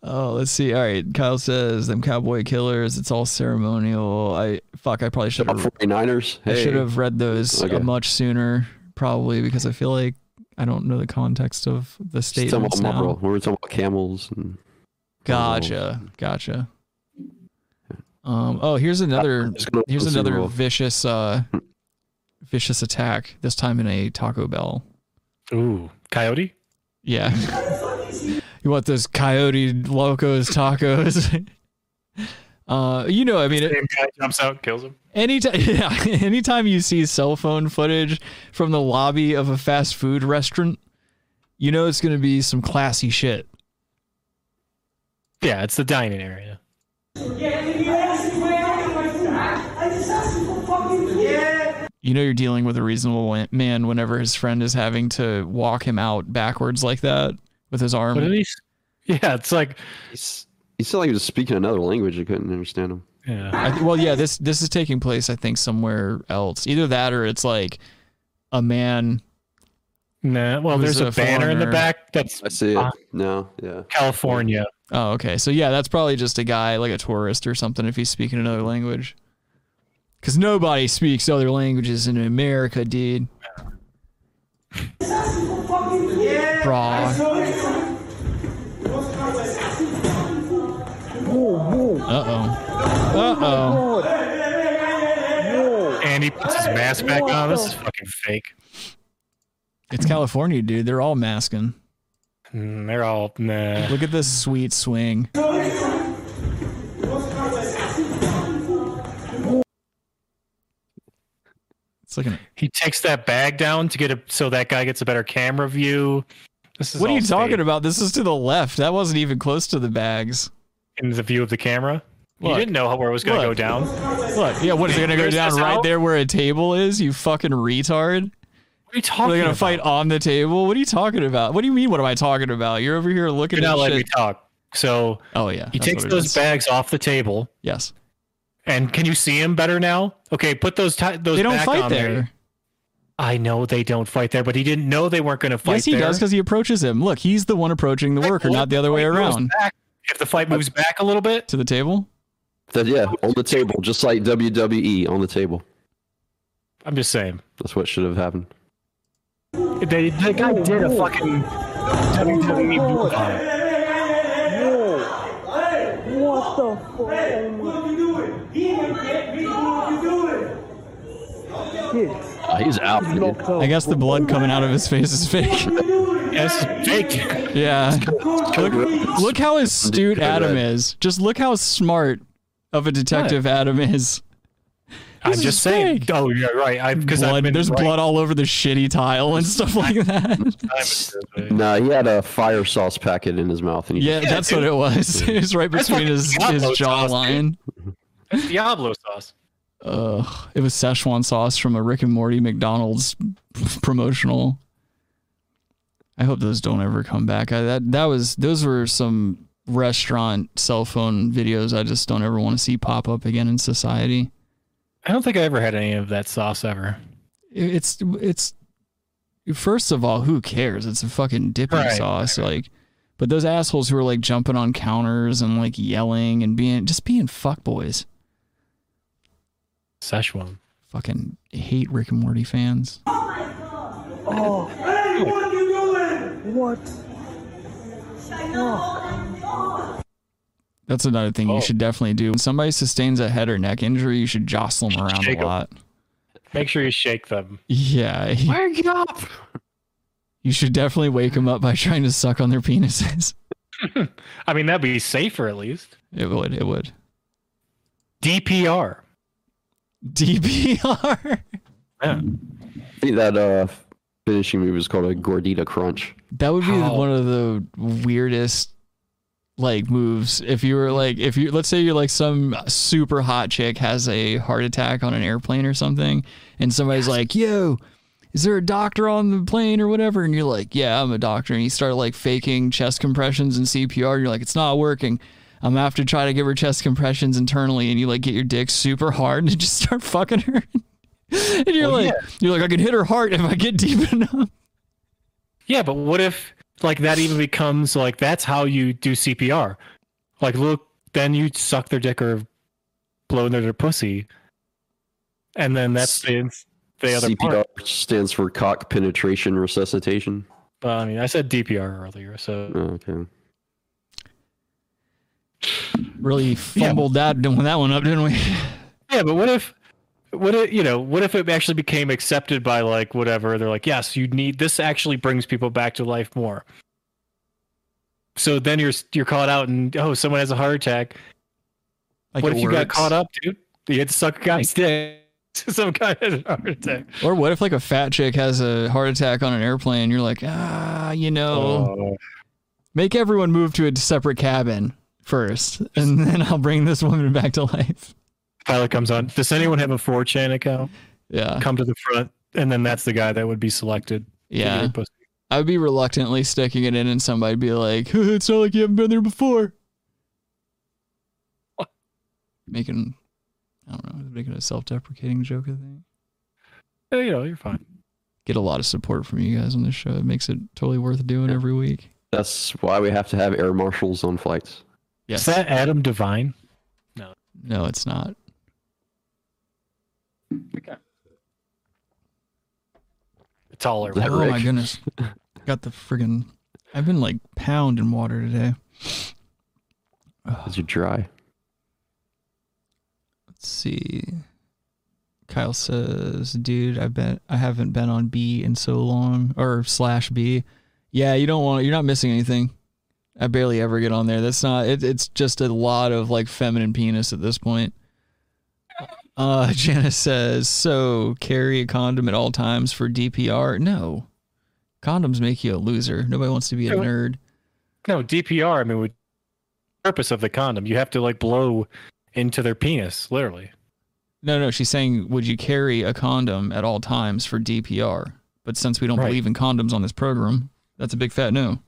oh, let's see. All right, Kyle says them cowboy killers. It's all ceremonial. I fuck. I probably should have. 49ers. I Hey, should have read those uh, Okay. much sooner, probably because I feel like I don't know the context of the it's talking about statements now. Marlboro. We were talking about camels. And Gotcha. Gotcha. Um, oh, here's another It's gonna here's win the Super another Bowl. vicious uh vicious attack this time in a Taco Bell. Ooh, coyote. Yeah. you want those coyote locos tacos? uh you know, I mean it, Same guy jumps out, kills him. anytime yeah, anytime you see cell phone footage from the lobby of a fast food restaurant, you know it's going to be some classy shit. Yeah, it's the dining area. you know you're dealing with a reasonable wa- man whenever his friend is having to walk him out backwards like that with his arm. But at least, yeah, it's like He's, he said like he was speaking another language. I couldn't understand him. yeah, I th- well, yeah, this this is taking place, I think, somewhere else. Either that or it's like a man. nah. Well, Who's there's a, a banner in the foreigner? back that's I see it. Ah. no, yeah. California. Oh, okay. So yeah, that's probably just a guy like a tourist or something if he's speaking another language. Because nobody speaks other languages in America, dude. Bra. Uh oh. Uh oh. And he puts his mask back on. This is fucking fake. It's California, dude. They're all masking. Mm, they're all nah. Look at this sweet swing. It's like an, He takes that bag down to get a so that guy gets a better camera view. This is what are all you talking staged about? This is to the left. That wasn't even close to the bags. In the view of the camera, Look. you didn't know how where it was going to Look. go down. Look, yeah, what is it gonna go There's down this right out? there where a table is? You fucking retard! What are you Are talking? they gonna about? fight on the table? What are you talking about? What do you mean? What am I talking about? You're over here looking You're not at letting me shit. talk. So Oh yeah, he that's takes what it those is. bags off the table, Yes, and can you see him better now? Okay, put those ti those. they don't back fight on there. I know they don't fight there, but he didn't know they weren't going to fight. Yes, he there. does because he approaches him. Look, he's the one approaching the worker, Well, not the other if way fight moves around. back- If the fight moves back a little bit, To the table. That, yeah, on the table, just like WWE on the table. I'm just saying. That's what should have happened. They, the guy did a fucking WWE move on him. Ah, he's out. dude. I guess the blood coming out of his face is fake. Yeah, this is fake. yeah. Look, look how astute Good Adam red. is. Just look how smart of a detective Adam is. I'm This just is saying. fake. Oh, yeah, right. I because Blood. There's blood all over the shitty tile and stuff like that. Nah, he had a fire sauce packet in his mouth, and he Yeah, that's what it was. It was right between fucking his, his Diablo sauce, jawline. Diablo sauce. Ugh. It was Szechuan sauce from a Rick and Morty McDonald's promotional. I hope those don't ever come back. I, that that was those were some restaurant cell phone videos I just don't ever want to see pop up again in society. I don't think I ever had any of that sauce ever. It- It's it's first of all, who cares? It's a fucking dipping Right. sauce like but those assholes who are like jumping on counters and like yelling and being just being fuckboys. Szechuan. Fucking hate Rick and Morty fans. Hey, what are you doing? That's another thing Oh. you should definitely do. When somebody sustains a head or neck injury, you should jostle them around Shake a 'em. lot. Make sure you shake them. Yeah. Wake up! You should definitely wake them up by trying to suck on their penises. I mean, that'd be safer at least. It would. It would. DPR. DPR. Yeah. I think that uh, finishing move is called a Gordita Crunch. That would be How? one of the weirdest like moves. If you were like, if you let's say you're like some super hot chick has a heart attack on an airplane or something, and somebody's like, "Yo, is there a doctor on the plane or whatever?" And you're like, "Yeah, I'm a doctor," and you start like faking chest compressions and CPR. And you're like, "It's not working." I'm gonna have to try to give her chest compressions internally, and you like get your dick super hard and just start fucking her. and you're like, you're like, I can hit her heart if I get deep enough. Yeah, but what if like that even becomes like that's how you do CPR? Like, look, then you suck their dick or blow their, their pussy, and then that's the the other CPR part. stands for cock penetration resuscitation. Well, I mean, I said DPR earlier, so Oh, okay. really fumbled that doing that one up, didn't we? yeah. But what if? What if you know? What if it actually became accepted by like whatever? They're like, yes, you need this. Actually, brings people back to life more. So then you're you're caught out, and oh, someone has a heart attack. Like what it if you got works. caught up, dude? You had to suck a guy's dick. Some guy had a heart attack. Or what if like a fat chick has a heart attack on an airplane? You're like, ah, you Oh. know, Uh, make everyone move to a separate cabin first, and then I'll bring this woman back to life. Pilot comes on. Does anyone have a 4chan account? Yeah, Come to the front, and then that's the guy that would be selected. to get yeah. a pussy. I'd be reluctantly sticking it in, and somebody'd be like, it's not like you haven't been there before. Making, I don't know, making a self-deprecating joke. I think Eh, You know, you're fine. get a lot of support from you guys on this show. It makes it totally worth doing every week. That's why we have to have air marshals on flights. Yes. Is that Adam Devine? No, it's not. The taller Is that one. Oh my Rick? goodness. Got the friggin' I've been like pounding water today. Because you're dry. Let's see. Kyle says, dude, I bet I haven't been on B in so long or slash B. Yeah, you don't want you're not missing anything. I barely ever get on there. That's not it, it's just a lot of like feminine penis at this point. Uh Janice says, so carry a condom at all times for DPR. No. Condoms make you a loser. Nobody wants to be a Yeah. nerd. No, DPR, I mean, would purpose of the condom. You have to, like, blow into their penis, literally. No, no, she's saying, would you carry a condom at all times for DPR? But since we don't Right. believe in condoms on this program, that's a big fat no.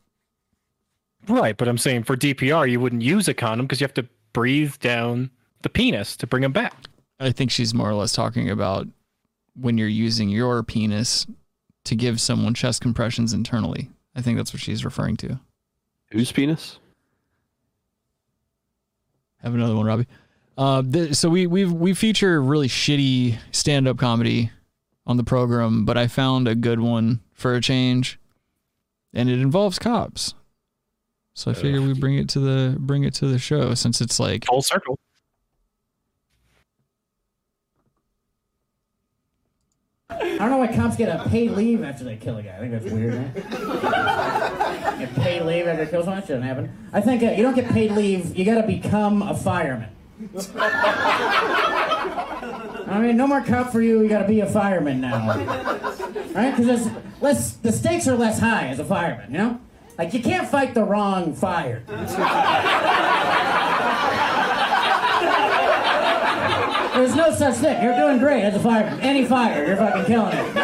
Right, but I'm saying for DPR, you wouldn't use a condom because you have to breathe down the penis to bring them back. I think she's more or less talking about when you're using your penis to give someone chest compressions internally. I think that's what she's referring to. Whose penis? Have another one, Robbie. Uh, th- so we we we feature really shitty stand-up comedy on the program, but I found a good one for a change, and it involves cops. So I figure we bring it to the bring it to the show since it's like Full circle. I don't know why cops get a paid leave after they kill a guy. I think that's weird. Man. get paid leave after they kill someone? That shouldn't happen. I think uh, you don't get paid leave. You got to become a fireman. I mean, no more cop for you. You got to be a fireman now, right? Because less the stakes are less high as a fireman. You know, like you can't fight the wrong fire. There's no such thing. You're doing great as a fireman. Any fire, you're fucking killing it.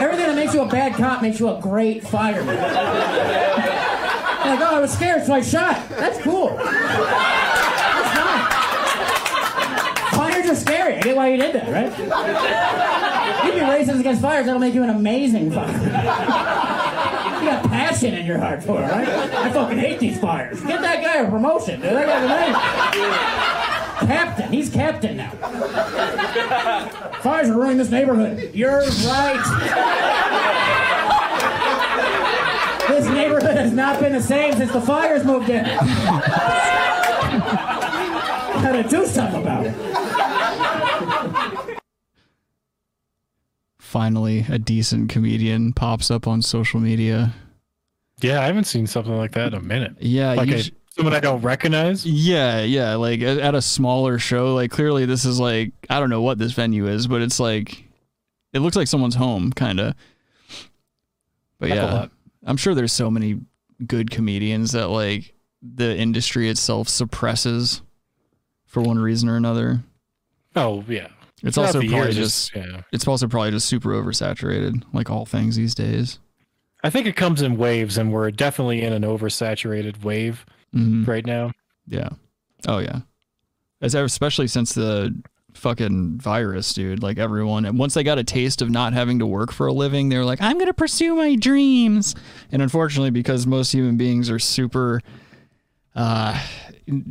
Everything that makes you a bad cop makes you a great fireman. You're like, oh, I was scared, so I shot. That's cool. That's fine. Fires are scary. I get why you did that, right? You'd be racist against fires. That'll make you an amazing fireman. You got passion in your heart for it, right? I fucking hate these fires. Get that guy a promotion, dude. That guy's amazing. Captain. He's captain now. Fires are ruining this neighborhood. You're right. This neighborhood has not been the same since the fires moved in. Gotta do something about it. Finally, a decent comedian pops up on social media. Yeah, I haven't seen something like that in a minute. Yeah, like you a, sh- someone I don't recognize. Yeah, yeah, like at, at a smaller show. Like clearly, this is like I don't know what this venue is, but it's like it looks like someone's home, kind of. But That's a yeah, lot. I'm sure there's so many good comedians that like the industry itself suppresses for one reason or another. Oh yeah, It's Throughout also the probably year, just yeah. it's also probably just super oversaturated, like all things these days. I think it comes in waves, and we're definitely in an oversaturated wave Mhm. right now. Yeah. Oh yeah. As especially since the fucking virus, dude. Like everyone, and once they got a taste of not having to work for a living, they were like, "I'm gonna pursue my dreams." And unfortunately, because most human beings are super, uh,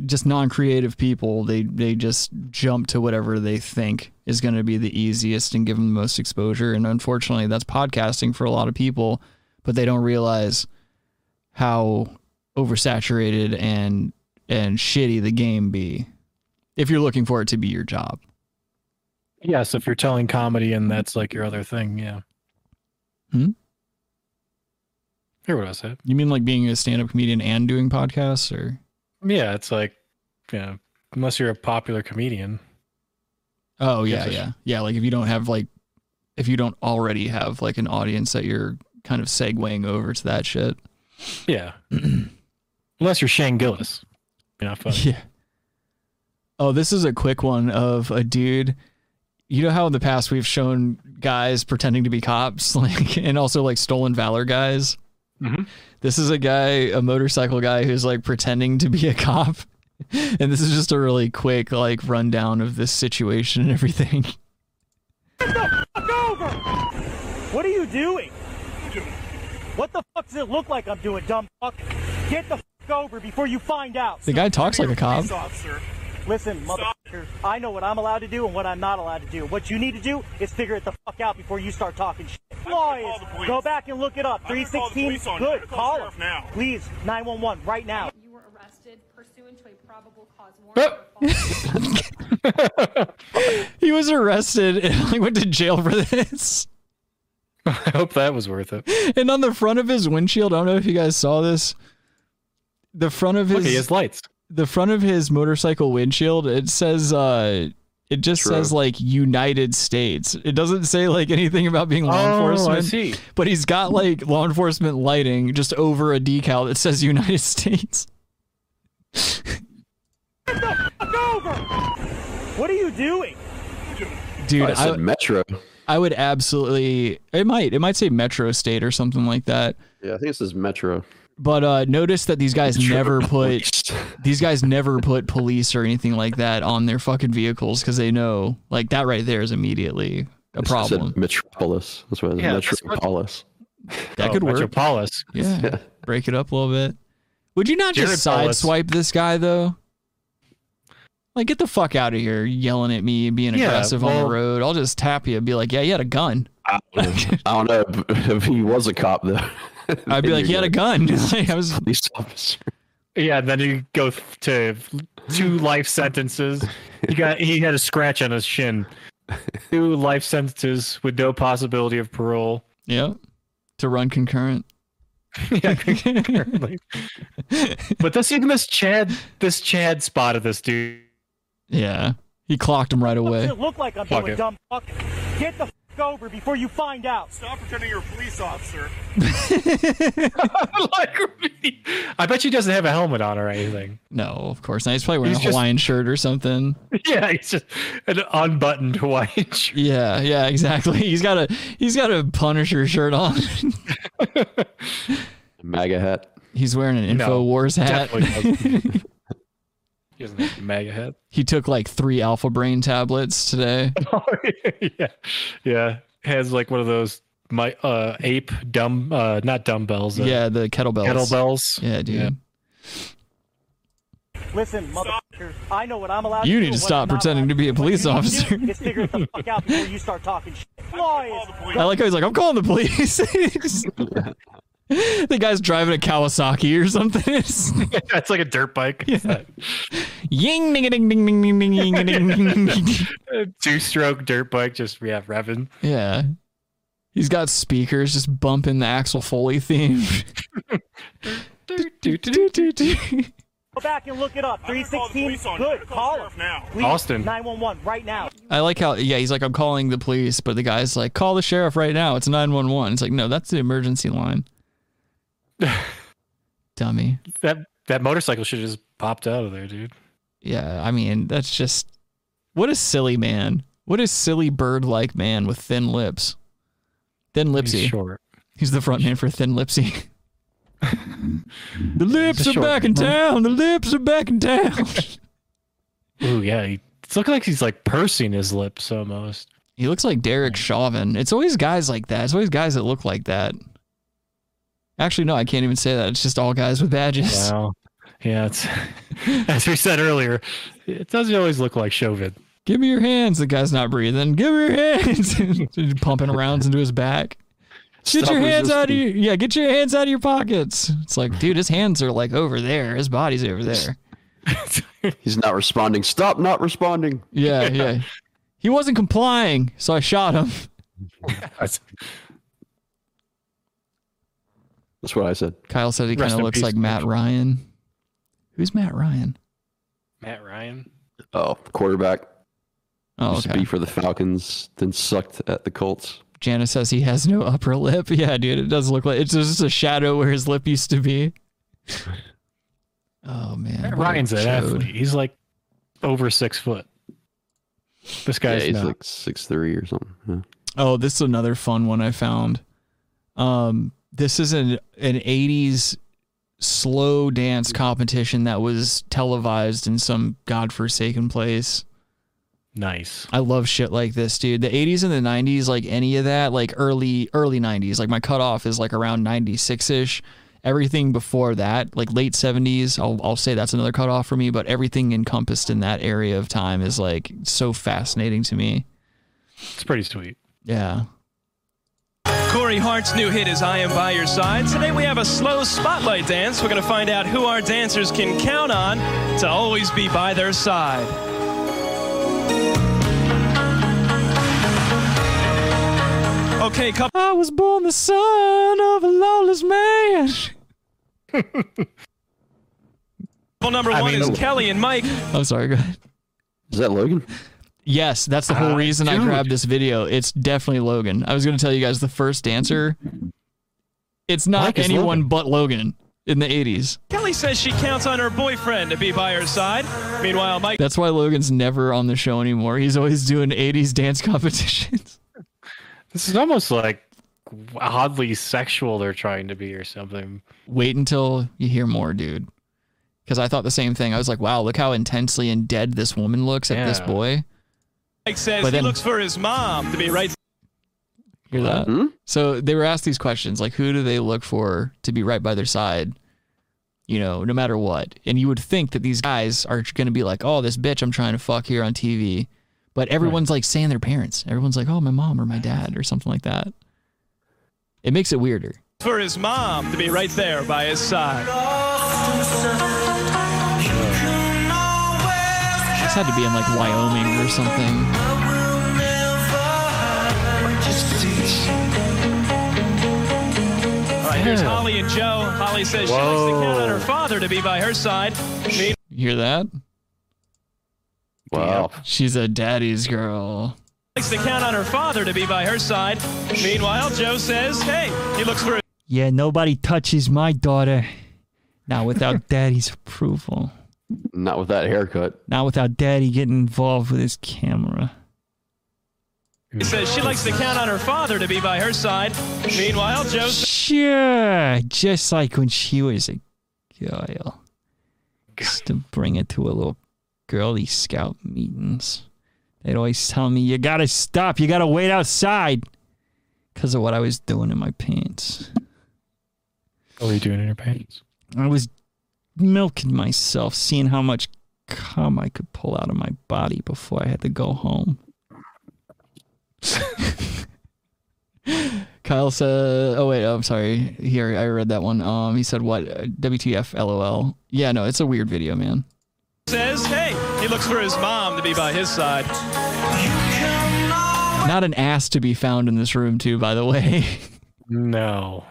just non-creative people, they they just jump to whatever they think is gonna be the easiest and give them the most exposure. And unfortunately, that's podcasting for a lot of people, but they don't realize how oversaturated and and shitty the game be if you're looking for it to be your job. Yes, if you're telling comedy and that's like your other thing, yeah. Hmm? Hear what I said? You mean like being a stand-up comedian and doing podcasts or Yeah, it's like, yeah, unless you're a popular comedian, Oh yeah, Yes, yes. yeah. Yeah, like if you don't have like if you don't already have like an audience that you're kind of segueing over to that shit. yeah. unless you're Shane Gillis, you're not funny. Yeah. Oh, this is a quick one of a dude. You know how in the past we've shown guys pretending to be cops, like, and also like stolen valor guys. Mhm. This is a guy, a motorcycle guy, who's like pretending to be a cop, and this is just a really quick like rundown of this situation and everything. What are you doing? What the fuck does it look like I'm doing, dumb fuck? Get the fuck over before you find out. The guy talks like a cop. Listen, motherfucker, I know what I'm allowed to do and what I'm not allowed to do. What you need to do is figure it the fuck out before you start talking shit. Law is, go back and look it up. I'm gonna call the 316, police on you. I'm good, gonna call call the him. sheriff now. Please, 911, right now. he was arrested and like went to jail for this. I hope that was worth it. And on the front of his windshield, I don't know if you guys saw this. The front of his Look, he has lights. The front of his motorcycle windshield, it says uh it just True. says like United States. It doesn't say like anything about being law Oh, I enforcement. see. But he's got like law enforcement lighting just over a decal that says United States. Fuck over! What are you doing? Dude, I said Metro. I would absolutely it might it might say Metro State or something like that. Yeah, I think this is Metro. But uh, notice that these guys never put these guys never put police or anything like that on their fucking vehicles because they know like that right there is immediately a It problem. Said Metropolis. That's what it is. Yeah, that's what- Metropolis. That could work. Oh, Metropolis. Yeah, break it up a little bit. Would you not just Jared Polis. sideswipe this guy though? Like, get the fuck out of here, yelling at me and being Yeah, aggressive on well- the road. I'll just tap you and be like, "Yeah, you had a gun." I don't know if- if he was a cop though. I'd be like, "You had a gun." Like, I was police officer. Yeah, and then you go th- to two life sentences. He got he had a scratch on his shin. Two life sentences with no possibility of parole. Yep. To run concurrent. yeah, concurrently. but this even this Chad this Chad spotted this dude. Yeah, he clocked him right Does away. it look like I'm Fuck doing, it. dumb fuck? Get the fuck over before you find out. Stop pretending you're a police officer. I bet she doesn't have a helmet on or anything. No, of course not. He's probably wearing He's a just- Hawaiian shirt or something. Yeah, he's just an unbuttoned Hawaiian shirt. Yeah, yeah, exactly. He's got a he's got a Punisher shirt on. MAGA hat. He's wearing an Infowars definitely hat. He doesn't have a MAGA hat. he took like three Alpha Brain tablets today. yeah, yeah. Has like one of those my uh ape dumb uh not dumbbells. Uh, yeah, the kettlebells. kettlebells. Yeah, dude. Yeah. Listen, mother. motherfucker. I know what I'm allowed You to do. need to and what stop I'm not pretending allowed to be a do. police What you need to officer. do is figure it the fuck out before you start talking shit. Lies. I like how he's like, I'm calling the police. the guy's driving a Kawasaki or something. It's, it's like a dirt bike. Ying, ding, ding, ding, ding, ding, ding, ding, ding, ding, ding. Two stroke dirt bike, just yeah, revving. Yeah. He's got speakers just bumping the Axel Foley theme. Go back and look it up. 316. Good. Call us now. Austin. 911 right now. I like how, yeah, he's like, I'm calling the police, but the guy's like, call the sheriff right now. It's 911. It's like, no, that's the emergency line. Dummy. That that motorcycle should have just popped out of there, dude. Yeah, I mean, that's just what a silly man. What a silly bird-like man with thin lips. Thin lipsy. He's short. He's the front man for Thin Lipsy. the lips are short back in man. town. The lips are back in town. Ooh, yeah. He, it's looking like he's like pursing his lips almost. he looks like Derek Chauvin. It's always guys like that. It's always guys that look like that. Actually, no, I can't even say that. It's just all guys with badges. Wow. Yeah, it's as we said earlier, it doesn't always look like Chauvin. Give me your hands. The guy's not breathing. Give me your hands. Just Pumping rounds into his back. Get Stop your hands out of your resisting. yeah. Get your hands out of your pockets. It's like, dude, his hands are like over there. His body's over there. He's not responding. Stop not responding. Yeah, yeah. He wasn't complying, so I shot him. That's that's what I said. Kyle said he kind Rest of in looks peace, like Matt Ryan. Who's Matt Ryan? Matt Ryan. Oh, quarterback. Oh, Used to okay. be for the Falcons, then sucked at the Colts. Jana says he has no upper lip. Yeah, dude, it does look like it's just a shadow where his lip used to be. Oh man, Matt what a Ryan's an chode. athlete. He's like over six foot. This guy's yeah, he's not. like six three or something. Yeah. Oh, this is another fun one I found. Um, this is an an '80s slow dance competition that was televised in some godforsaken place. Nice. I love shit like this, dude. The 80s and the 90s, like any of that, like early early 90s. Like my cutoff is like around 96 ish. Everything before that, like late 70s, I'll I'll say that's another cutoff for me. But everything encompassed in that area of time is like so fascinating to me. It's pretty sweet. Yeah. Corey Hart's new hit is I Am By Your Side. Today we have a slow spotlight dance. We're going to find out who our dancers can count on to always be by their side. Okay, couple. I was born the son of a lawless man. number I one mean- is Kelly and Mike. I'm sorry, go ahead. Is that Logan? Yes, that's the whole Ah, reason I dude. grabbed this video. It's definitely Logan. I was going to tell you guys the first dancer. It's not Mike is anyone but Logan in the 80s. Kelly says she counts on her boyfriend to be by her side. Meanwhile, Mike That's why Logan's never on the show anymore. He's always doing 80s dance competitions. This is almost like oddly sexual they're trying to be or something. Wait until you hear more, dude. Because I thought the same thing. I was like, wow, look how intensely and dead this woman looks at this Yeah. boy. Mike says But he then- looks for his mom to be right. Hear that? So they were asked these questions like, who do they look for to be right by their side? You know, no matter what. And you would think that these guys are going to be like, oh, this bitch I'm trying to fuck here on TV. But everyone's like saying their parents. Everyone's like, oh, my mom or my dad or something like that. It makes it weirder. For his mom to be right there by his side. This had to be in like Wyoming or something. All right, here's Yeah. Holly and Joe. Holly says she likes to count on her father to be by her side. Me- You hear that? Wow. She's a daddy's girl. likes to count on her father to be by her side. Meanwhile, Joe says, hey, he looks for Yeah, nobody touches my daughter. Not without daddy's approval. Not with that haircut. Not without daddy getting involved with his camera. He says she likes to count on her father to be by her side. Meanwhile, Joe says Sure, just like when she was a girl. Just to bring it to a little girly scout meetings. They'd always tell me, you gotta stop, you gotta wait outside. Because of what I was doing in my pants. What were you doing in your pants? I was milking myself, seeing how much cum I could pull out of my body before I had to go home. Kyle said, "Oh wait, I'm sorry. Here, I read that one. Um, he said, "What? Uh, WTF? LOL." Yeah, no, it's a weird video, man. Says, hey, he looks for his mom to be by his side. Not an ass to be found in this room, too. By the way. No.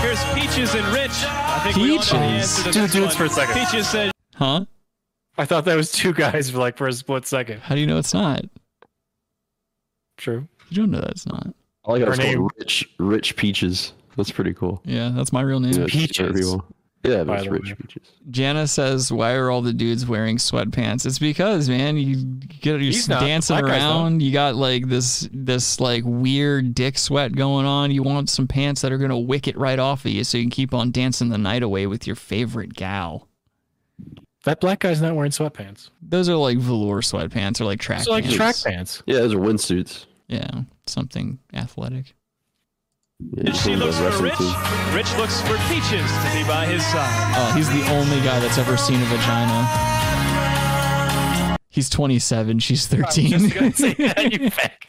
Here's Peaches and Rich. I think we all know the answer to Two this dudes one. for a second. Peaches said, Huh? I thought that was two guys for like for a split second. How do you know it's not? True. You don't know that it's not. I like how Her it's called name- Rich Rich Peaches. That's pretty cool. Yeah, that's my real name. Yeah, it's very cool. Yeah, but by it's the Rich way. Peaches. Jana says, "Why are all the dudes wearing sweatpants?" It's because, man, you get you're He's not. dancing Black guys around. You got like this this like weird dick sweat going on. You want some pants that are gonna wick it right off of you, so you can keep on dancing the night away with your favorite gal. That black guy's not wearing sweatpants. Those are like velour sweatpants or like track It's like pants. track pants. Yeah, those are windsuits. yeah, something athletic. Yeah, she looks for Rich. Rich looks for Peaches to be by his side. Oh, he's the only guy that's ever seen a vagina. He's 27. She's 13. Just gonna say that, you fuck.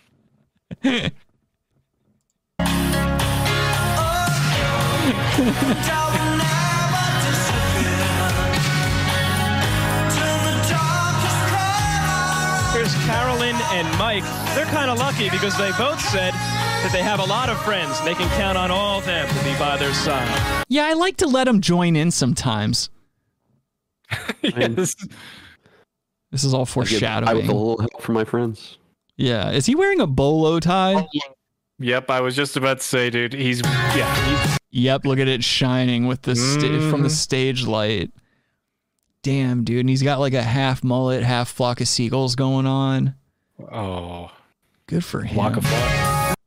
Here's Carolyn and Mike. They're kind of lucky because they both said that they have a lot of friends. and They can count on all of them to be by their side. yeah, I like to let him join in sometimes. Yeah, this is- This is all I get foreshadowing. by with a little help from my friends. Yeah. Is he wearing a bolo Oh, tie? Yep, I was just about to say, dude. He's yeah. He's, Yep. Look at it shining with the sta- Mm-hmm. from the stage light. Damn, dude. And he's got like a half mullet, half flock of seagulls going on. oh, Good for him. walk a flock.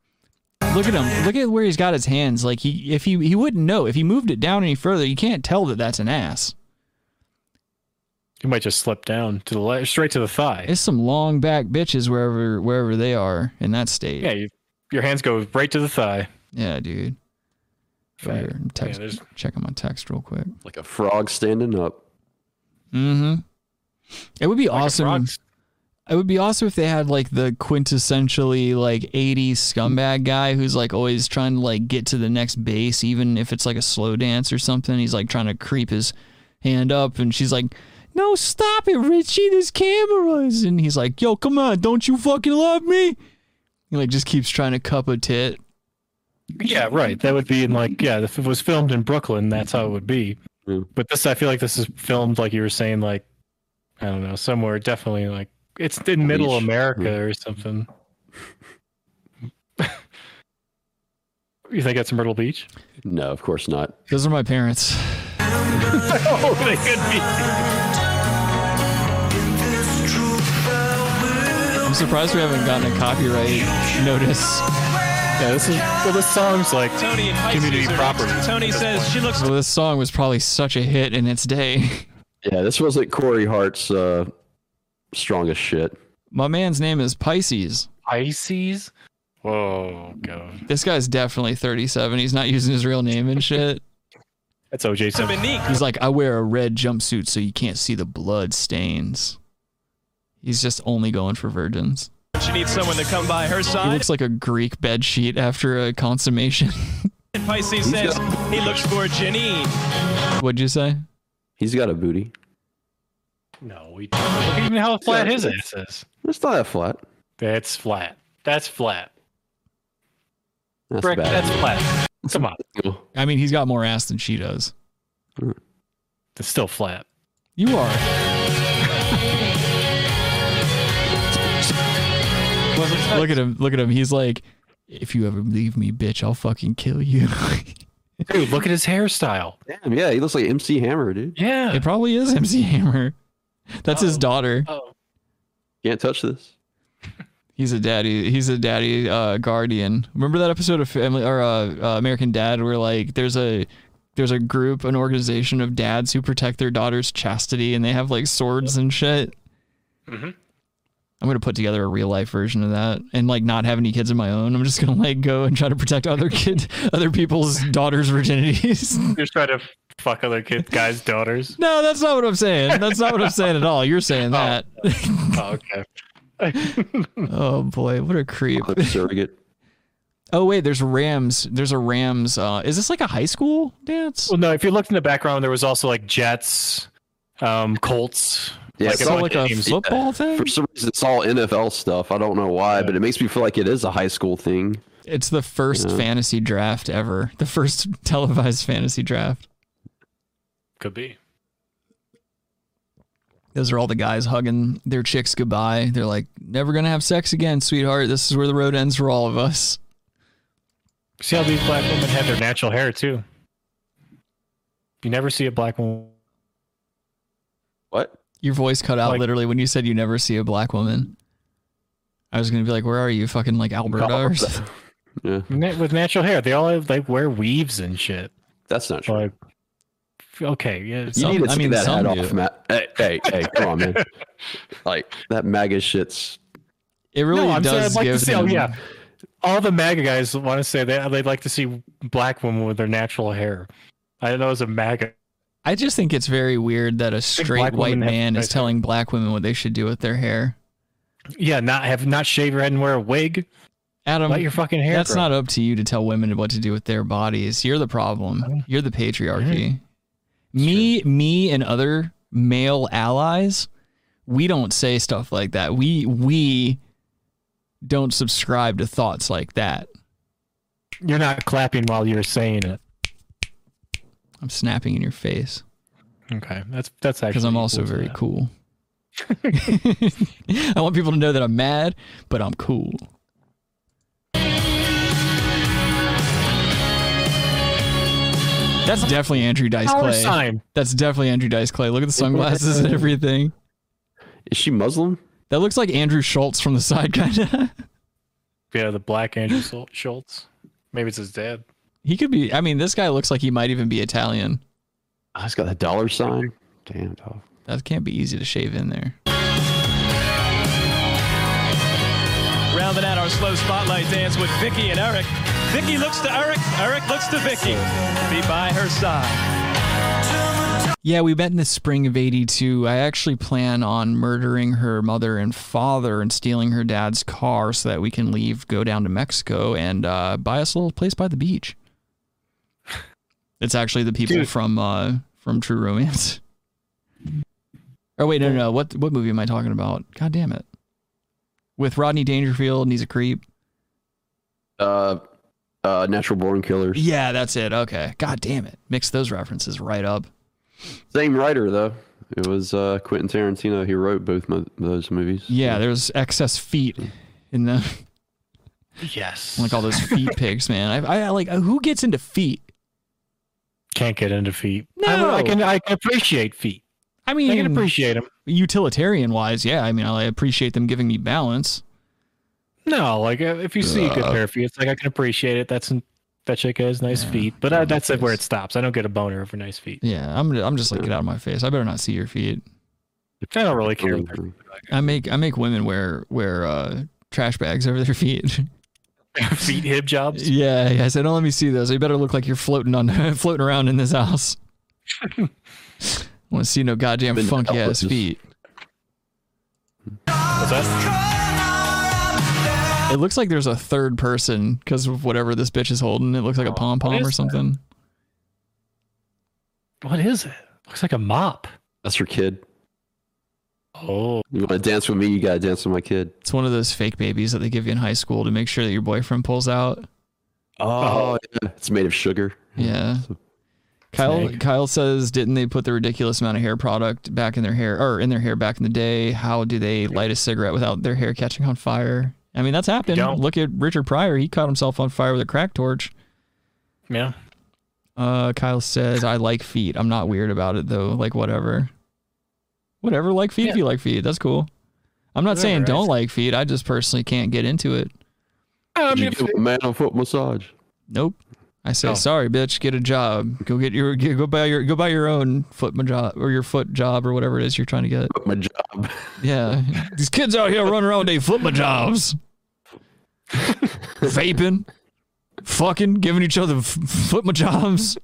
Look at him. Look at where he's got his hands. Like he, if he, he wouldn't know if he moved it down any further. You can't tell that that's an ass. He might just slip down to the left, straight to the thigh. It's some long back bitches wherever wherever they are in that state. yeah, you, your hands go right to the thigh. Yeah, dude. Over here, I'm text, there's- checking my text real quick. Like a frog standing up. Mm-hmm. It would be Like a awesome. frog's- It would be awesome if they had like the quintessentially like 80s scumbag guy who's like always trying to like get to the next base, even if it's like a slow dance or something. He's like trying to creep his hand up, and she's like, No, stop it, Richie, there's cameras. And he's like, Yo, come on, don't you fucking love me? He like just keeps trying to cup a tit. Yeah, right. That would be in like yeah, if it was filmed in Brooklyn, that's how it would be. Yeah. But this, I feel like this is filmed like you were saying, like I don't know, somewhere definitely like it's in Middle Beach. America or something. you think that's Myrtle Beach? No, of course not. Those are my parents. oh, they could be. I'm surprised we haven't gotten a copyright notice. Yeah, this is well. This song's like Tony and Mike's community user- property. Tony at this says point. she looks Well, this song was probably such a hit in its day. Yeah, this wasn't Corey Hart's uh, strongest shit. My man's name is Pisces. Pisces. Whoa, god, This guy's definitely 37. He's not using his real name and shit. that's OJ to Simpson. Monique. He's like, I wear a red jumpsuit so you can't see the blood stains. He's just only going for virgins. She needs someone to come by her He side. looks like a Greek bedsheet after a consummation. And Pisces says he looks for Janine. What'd you say? He's got a booty. No, we. Look at even how flat his ass is. It's not that flat. That's flat. That's flat. That's Brick, bad. that's flat. Come on. I mean, he's got more ass than she does. It's still flat. You are. look at him. Look at him. He's like, if you ever leave me, bitch, I'll fucking kill you. Dude, look at his hairstyle. Damn, yeah, he looks like MC Hammer, dude. Yeah. it probably is MC Hammer. That's his Oh. daughter. Oh. Can't touch this. He's a daddy. He's a daddy uh, guardian. Remember that episode of Family or uh, uh, American Dad where like there's a there's a group, an organization of dads who protect their daughter's chastity, and they have like swords and shit. Mhm. I'm gonna put together a real life version of that, and like not have any kids of my own. I'm just gonna like go and try to protect other kid, other people's daughters' virginities. Just try to fuck other kid guys' daughters. No, that's not what I'm saying. That's not what I'm saying at all. You're saying that. Oh, okay. oh boy, what a creep. surrogate. Oh wait, there's Rams. There's a Rams. Uh, is this like a high school dance? Well, no. If you looked in the background, there was also like Jets, um, Colts. Yeah, it's all like a football thing. For some reason, it's all NFL stuff. I don't know why, but it makes me feel like it is a high school thing. It's the first Yeah. fantasy draft ever. The first televised fantasy draft. Could be. Those are all the guys hugging their chicks goodbye. They're like, "Never gonna have sex again, sweetheart. This is where the road ends for all of us." See how these black women had their natural hair too. You never see a black woman. What? Your voice cut out Like- literally when you said you never see a black woman. I was gonna be like, "Where are you, fucking like Alberta?" Or something. Yeah, Na- with natural hair. They all have, like wear weaves and shit. that's not true. Like, okay, yeah. You some- need to I take mean, that some hat do. off, Matt. Hey, hey, hey, come on, man. Like that MAGA shit's. It really no, I'm saying does I'd like to give see. Oh, them- yeah. All the MAGA guys want to say that they'd like to see black women with their natural hair. I didn't know it was a MAGA. I just think it's very weird that a straight black white women have man is nice hair. telling black women what they should do with their hair. Yeah, not have not shave your head and wear a wig. Adam, Let your fucking hair. that's grow. not up to you to tell women what to do with their bodies. You're the problem. You're the patriarchy. Me, me, and other male allies, we don't say stuff like that. We we don't subscribe to thoughts like that. You're not clapping while you're saying it. I'm snapping in your face Okay, that's that's actually because I'm equal also to very that. cool. I want people to know that I'm mad, but I'm cool. That's definitely Andrew Dice Power Clay. sign. That's definitely Andrew Dice Clay. Look at the sunglasses and everything. Is she Muslim? That looks like Andrew Schultz from the side, kinda. Yeah, the black Andrew Schul- Schultz. Maybe it's his dad. He could be. I mean, this guy looks like he might even be Italian. Oh, it's got the dollar sign. Damn, dog. That can't be easy to shave in there. Rounding out our slow spotlight dance with Vicky and Eric. Vicky looks to Eric. Eric looks to Vicky. to Be by her side. Yeah, we met in the spring of 82. I actually plan on murdering her mother and father and stealing her dad's car so that we can leave, go down to Mexico, and uh, buy us a little place by the beach. It's actually the people Dude. from uh, from True Romance. Oh wait, no, no, no. What what movie am I talking about? God damn it! With Rodney Dangerfield and he's a creep. Uh, uh, natural born killers. Yeah, that's it. Okay. God damn it! Mix those references right up. Same writer though. It was uh, Quentin Tarantino. He wrote both mo- those movies. Yeah, there's excess feet in the. Yes. like all those feet pics, man. I, I like who gets into feet. Can't get into feet. I, would- I No. Mm. can I can appreciate feet. I I mean, can appreciate them. utilitarian wise, yeah. I mean, I appreciate them giving me balance. No, like uh, if you see a good pair of feet, it's like I can appreciate it. That's that chick has nice feet, but uh, that's it where it stops. I don't get a boner for nice feet. Yeah, I'm I'm just like get out of my face. I better not see your feet. I don't really care. what they're- I make I make women wear wear uh, trash bags over their feet. feet hip jobs. yeah, yeah. I said, don't let me see those. They better look like you're floating on floating around in this house. I want to see no goddamn Been to funky ass outfits. feet. What's that? It looks like there's a third person because of whatever this bitch is holding. It looks like a pom pom Oh, is or that? something. What is it? Looks like a mop. That's her kid. Oh, You want to dance with me? You gotta dance with my kid. It's one of those fake babies that they give you in high school to make sure that your boyfriend pulls out. Oh, yeah. it's made of sugar. Yeah. Kyle Snake. Kyle says, didn't they put the ridiculous amount of hair product back in their hair or in their hair back in the day? How do they light a cigarette without their hair catching on fire? I mean, that's happened. Don't. Look at Richard Pryor. He caught himself on fire with a crack torch. yeah. Uh, Kyle says, I like feet. I'm not weird about it though. Like whatever. Whatever, like feet if Yeah. you like feet. That's cool. I'm not saying Whatever, I don't like feet. I just personally can't get into it. I Did mean, you if give a man a foot massage? Nope. I say, No. sorry, bitch, get a job. Go get your get, go buy your go buy your own foot ma- job or your foot job or whatever it is you're trying to get. My job. Yeah, these kids out here running around they foot my jobs, vaping, fucking, giving each other f- foot my jobs.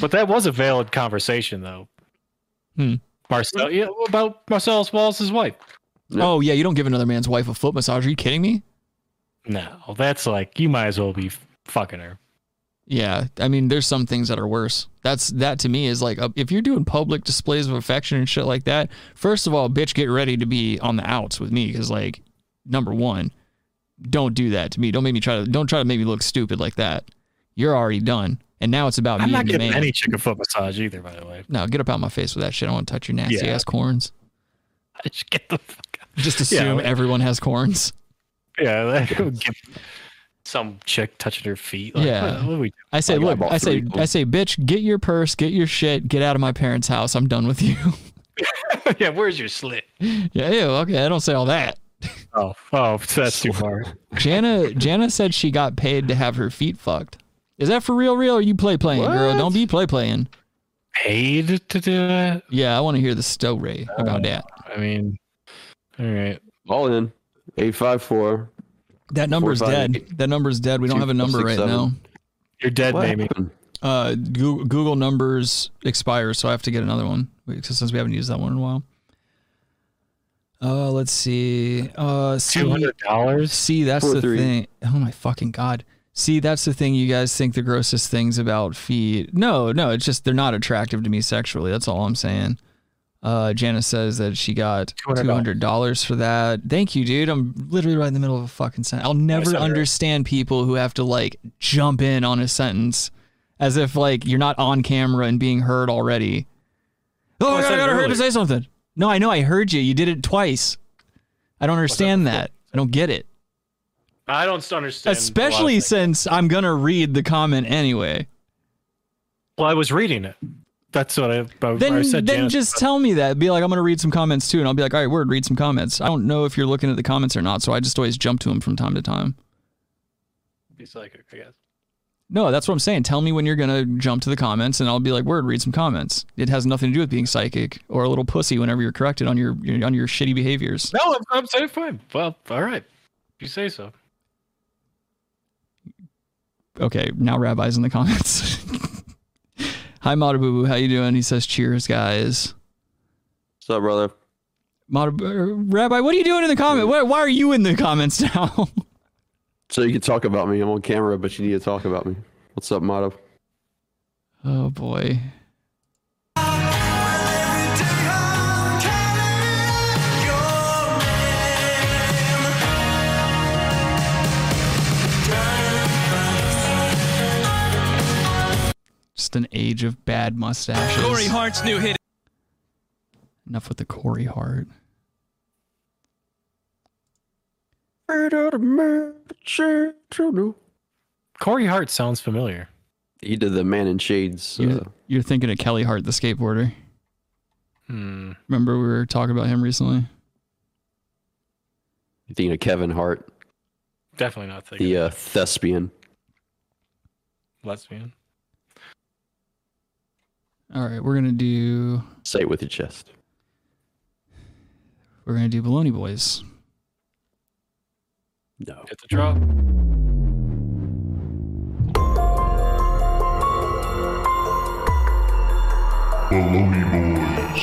But that was a valid conversation, though. Hmm. Marcel, yeah, about Marcellus Wallace's wife. Oh yeah, you don't give another man's wife a foot massage. Are you kidding me? No, that's like you might as well be fucking her. Yeah, I mean, there's some things that are worse. That's that to me is like uh, if you're doing public displays of affection and shit like that. First of all, bitch, get ready to be on the outs with me because like, number one, don't do that to me. Don't make me try to don't try to make me look stupid like that. You're already done, and now it's about I'm me not and the getting man. any chicken foot massage either, by the way. no, get up out my face with that shit. I want to touch your nasty Yeah. ass corns. I just get the fuck out. Just Yeah, assume like- everyone has corns. Yeah, like, go get some chick touching her feet. Like, Yeah. what, what are we doing? I say, I got look, about I say, three of I them. say, bitch, get your purse, get your shit, get out of my parents' house. I'm done with you. yeah, where's your slit? yeah, ew, okay, I don't say all that. Oh, oh, that's too far. Jana Jana said she got paid to have her feet fucked. Is that for real, real? Or you play playing, girl? What? Don't be play playing. Paid to do that? Yeah, I want to hear the story Oh. about that. I mean, all right. All in. 854. That number's four, five, dead. That number's dead. We don't have a number right now. You're dead, What baby. happened? Uh, Google, Google numbers expires, so I have to get another one because since we haven't used that one in a while. Uh, let's see. Uh, see- Two hundred dollars. See, that's Four, the three. thing. Oh my fucking god. See, that's the thing. You guys think the grossest things about feet. No, no, it's just they're not attractive to me sexually. That's all I'm saying. Uh, Janice says that she got two $200. hundred dollars for that. Thank you, dude. I'm literally right in the middle of a fucking sentence. I'll never sounded right. understand people who have to like jump in on a sentence as if like you're not on camera and being heard already. Oh, I my God, I said got to hurry to earlier. say something. No, I know I heard you. You did it twice. I don't understand that. I don't get it. I don't understand. a lot of Especially things. since I'm gonna read the comment anyway. well, I was reading it. That's what I, I, I Then, said. then Janice. just tell me that. Be like, I'm gonna read some comments too, and I'll be like, all right, word, read some comments. I don't know if you're looking at the comments or not, so I just always jump to them from time to time. Be psychic, I guess. No, that's what I'm saying. Tell me when you're gonna jump to the comments, and I'll be like, word, read some comments. It has nothing to do with being psychic or a little pussy. Whenever you're corrected on your on your shitty behaviors, No, I'm, I'm saying fine. Well, all right. If you say so. okay. Now rabbis in the comments. Hi, Mata Boo Boo, how you doing? He says, cheers, guys. What's up, brother? Mod- uh, Rabbi, what are you doing in the comment? Why, why are you in the comments now? So you can talk about me. I'm on camera, but you need to talk about me. What's up, Motto? oh boy. Just an age of bad mustaches. Corey Hart's new hit. Enough with the Corey Hart. Corey Hart sounds familiar. He did the Man in Shades. You're, Uh, you're thinking of Kelly Hart, the skateboarder. Hmm. Remember we were talking about him recently? you thinking of Kevin Hart, Definitely not thinking the uh, thespian. lesbian. All right, we're gonna do Say it with your chest. we're gonna do Baloney Boys. No. Hit the drop. Baloney Boys.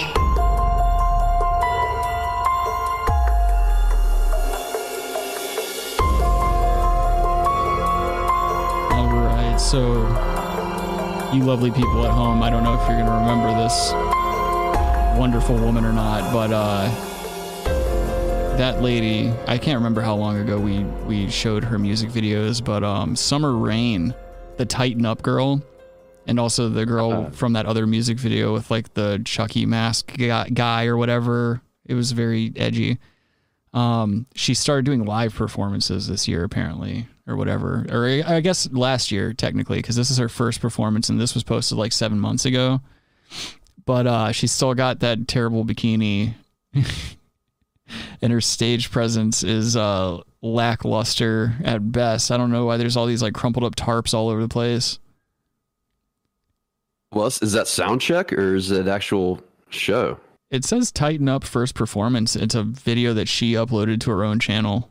All right, so you lovely people at home, I don't know if you're gonna remember this wonderful woman or not, but uh, that lady, I can't remember how long ago we we showed her music videos, but um, Summer Rain, the Tighten Up girl, and also the girl from that other music video with like the Chucky mask guy, guy or whatever. It was very edgy. Um, she started doing live performances this year, apparently, or whatever, or I I guess last year technically, because this is her first performance, and this was posted like seven months ago. But uh, she still got that terrible bikini, and her stage presence is uh, lackluster at best. I don't know why there's all these like crumpled up tarps all over the place. Well, is that sound check or is it actual show? It says tighten up first performance. It's a video that she uploaded to her own channel.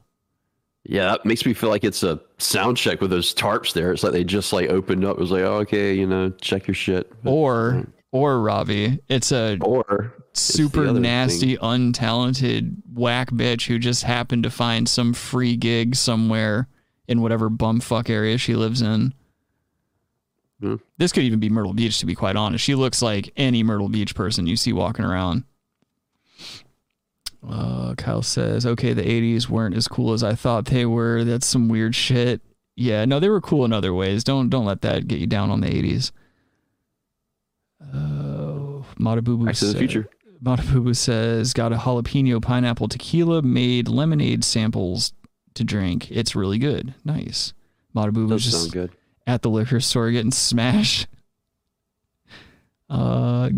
Yeah, that makes me feel like it's a sound check with those tarps there. It's like they just like opened up. It was like, oh, okay, you know, check your shit. Or or Ravi, it's a or it's super nasty, thing. untalented whack bitch who just happened to find some free gig somewhere in whatever bumfuck area she lives in. Mm-hmm. This could even be Myrtle Beach, to be quite honest. She looks like any Myrtle Beach person you see walking around. Uh, Kyle says, okay, the 80s weren't as cool as I thought they were. That's some weird shit. Yeah, no, they were cool in other ways. Don't don't let that get you down on the 80s. Uh, Matabubu Back to the said, future. Matabubu says, got a jalapeno pineapple tequila made lemonade samples to drink. It's really good. Nice. Matabubu's just good. at the liquor store getting smashed. Uh,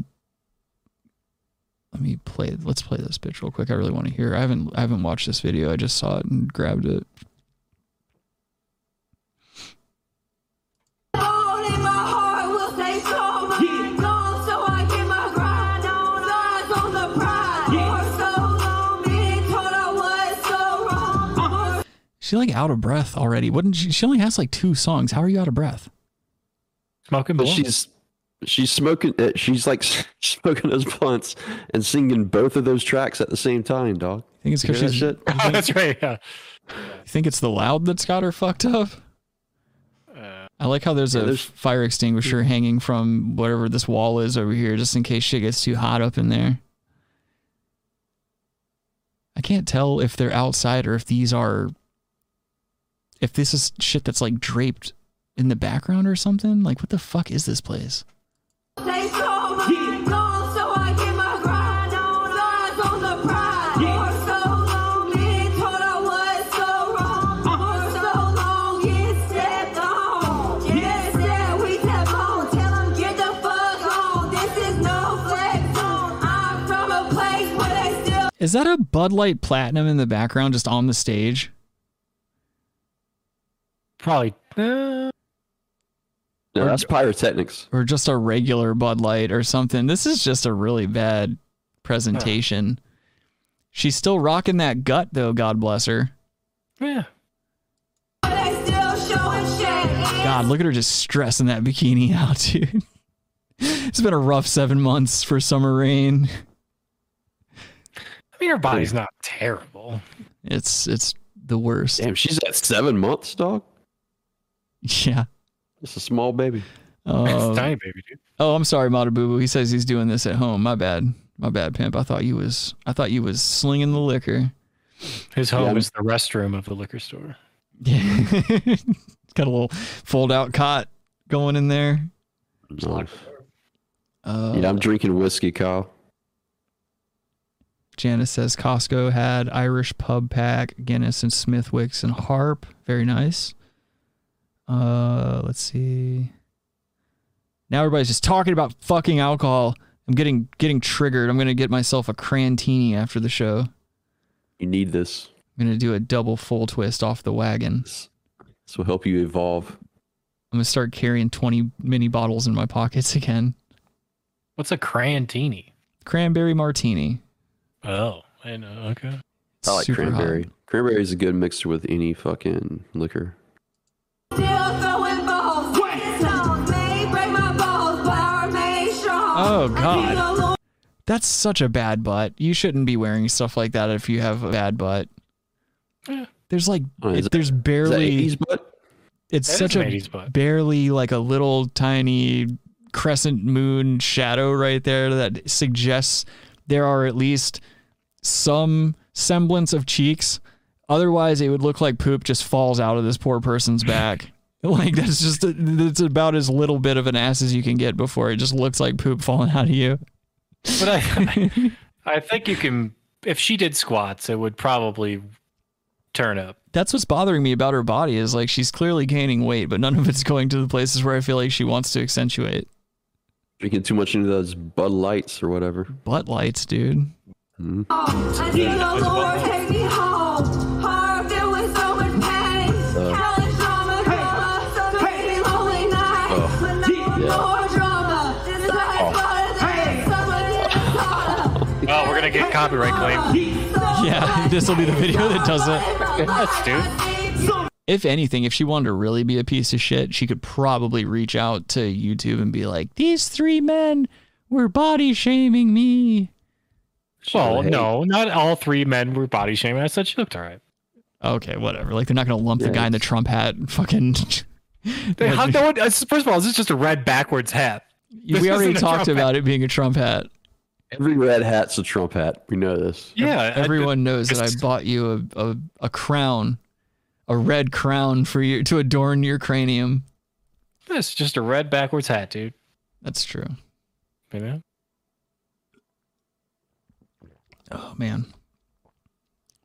let me play let's play this bitch real quick i really want to hear i haven't i haven't watched this video i just saw it and grabbed it She like out of breath already. Wouldn't she? She only has like two songs. How are you out of breath? Smoking, but she's she's smoking uh, she's like smoking those blunts and singing both of those tracks at the same time dog i think it's because she's that oh, that's right yeah you think it's the loud that's got her fucked up uh, i like how there's yeah, a there's... fire extinguisher hanging from whatever this wall is over here just in case shit gets too hot up in there i can't tell if they're outside or if these are if this is shit that's like draped in the background or something like what the fuck is this place they stole my yeah. gold, so I get my grind on. Lies on the pride. Yeah. For so long, been told I was so wrong. Uh. For so long, it stepped on. Yes, yeah, we stepped on. Tell them get the fuck on. This is no flex zone. I'm from a place where they still. Is that a Bud Light Platinum in the background, just on the stage? Probably. Uh... No, that's pyrotechnics. Or just a regular Bud Light or something. This is just a really bad presentation. Huh. She's still rocking that gut though, God bless her. Yeah. God, look at her just stressing that bikini out, dude. it's been a rough seven months for summer rain. I mean her body's not terrible. It's it's the worst. Damn, she's at seven months, dog. Yeah. It's a small baby. Uh, Um, it's tiny baby, dude. Oh, I'm sorry, Mata Boo Boo. He says he's doing this at home. My bad. My bad, pimp. I thought you was. I thought you was slinging the liquor. His home yeah. is the restroom of the liquor store. Yeah, got a little fold-out cot going in there. Nice. Uh, yeah, I'm drinking whiskey, Kyle. Janice says Costco had Irish pub pack, Guinness, and Smithwick's and Harp. Very nice. Uh, let's see. Now everybody's just talking about fucking alcohol. I'm getting getting triggered. I'm gonna get myself a crantini after the show. You need this. I'm gonna do a double full twist off the wagon. This, this will help you evolve. I'm gonna start carrying 20 mini bottles in my pockets again. What's a crantini? Cranberry martini. Oh, I know. Okay. I like Super cranberry. Hot. Cranberry is a good mixer with any fucking liquor. Oh god. That's such a bad butt. You shouldn't be wearing stuff like that if you have a bad butt. There's like oh, it, that, there's barely It's that such a barely like a little tiny crescent moon shadow right there that suggests there are at least some semblance of cheeks. Otherwise, it would look like poop just falls out of this poor person's back. like that's just a, that's about as little bit of an ass as you can get before it just looks like poop falling out of you. But I, I think you can. If she did squats, it would probably turn up. That's what's bothering me about her body is like she's clearly gaining weight, but none of it's going to the places where I feel like she wants to accentuate. Drinking too much into those Bud Lights or whatever. Bud Lights, dude. Mhm. I need the Lord take me home. I'm feeling so much pain. Uh. Hell is drama, drama. So many lonely nights. Oh. But now Yeah. more drama. This is Oh. harder than someone gets caught up. Well, we're gonna get copyright claim. Yeah, this will be the video that does it. That's dude. If anything, if she wanted to really be a piece of shit, she could probably reach out to YouTube and be like, "These three men were body shaming me." Well, hey. no, not all three men were body shaming. I said she looked all right. Okay, whatever. Like they're not gonna lump the guy in the Trump hat. and Fucking. They, how, no one, uh, first of all, this is just a red backwards hat. This we already isn't a talked Trump about it being a Trump hat. Every red hat's a Trump hat. We know this. Yeah, I- everyone knows that I bought you a, a a crown, a red crown for you to adorn your cranium. hat. This is just a red backwards hat, dude. That's true. You know? Oh man,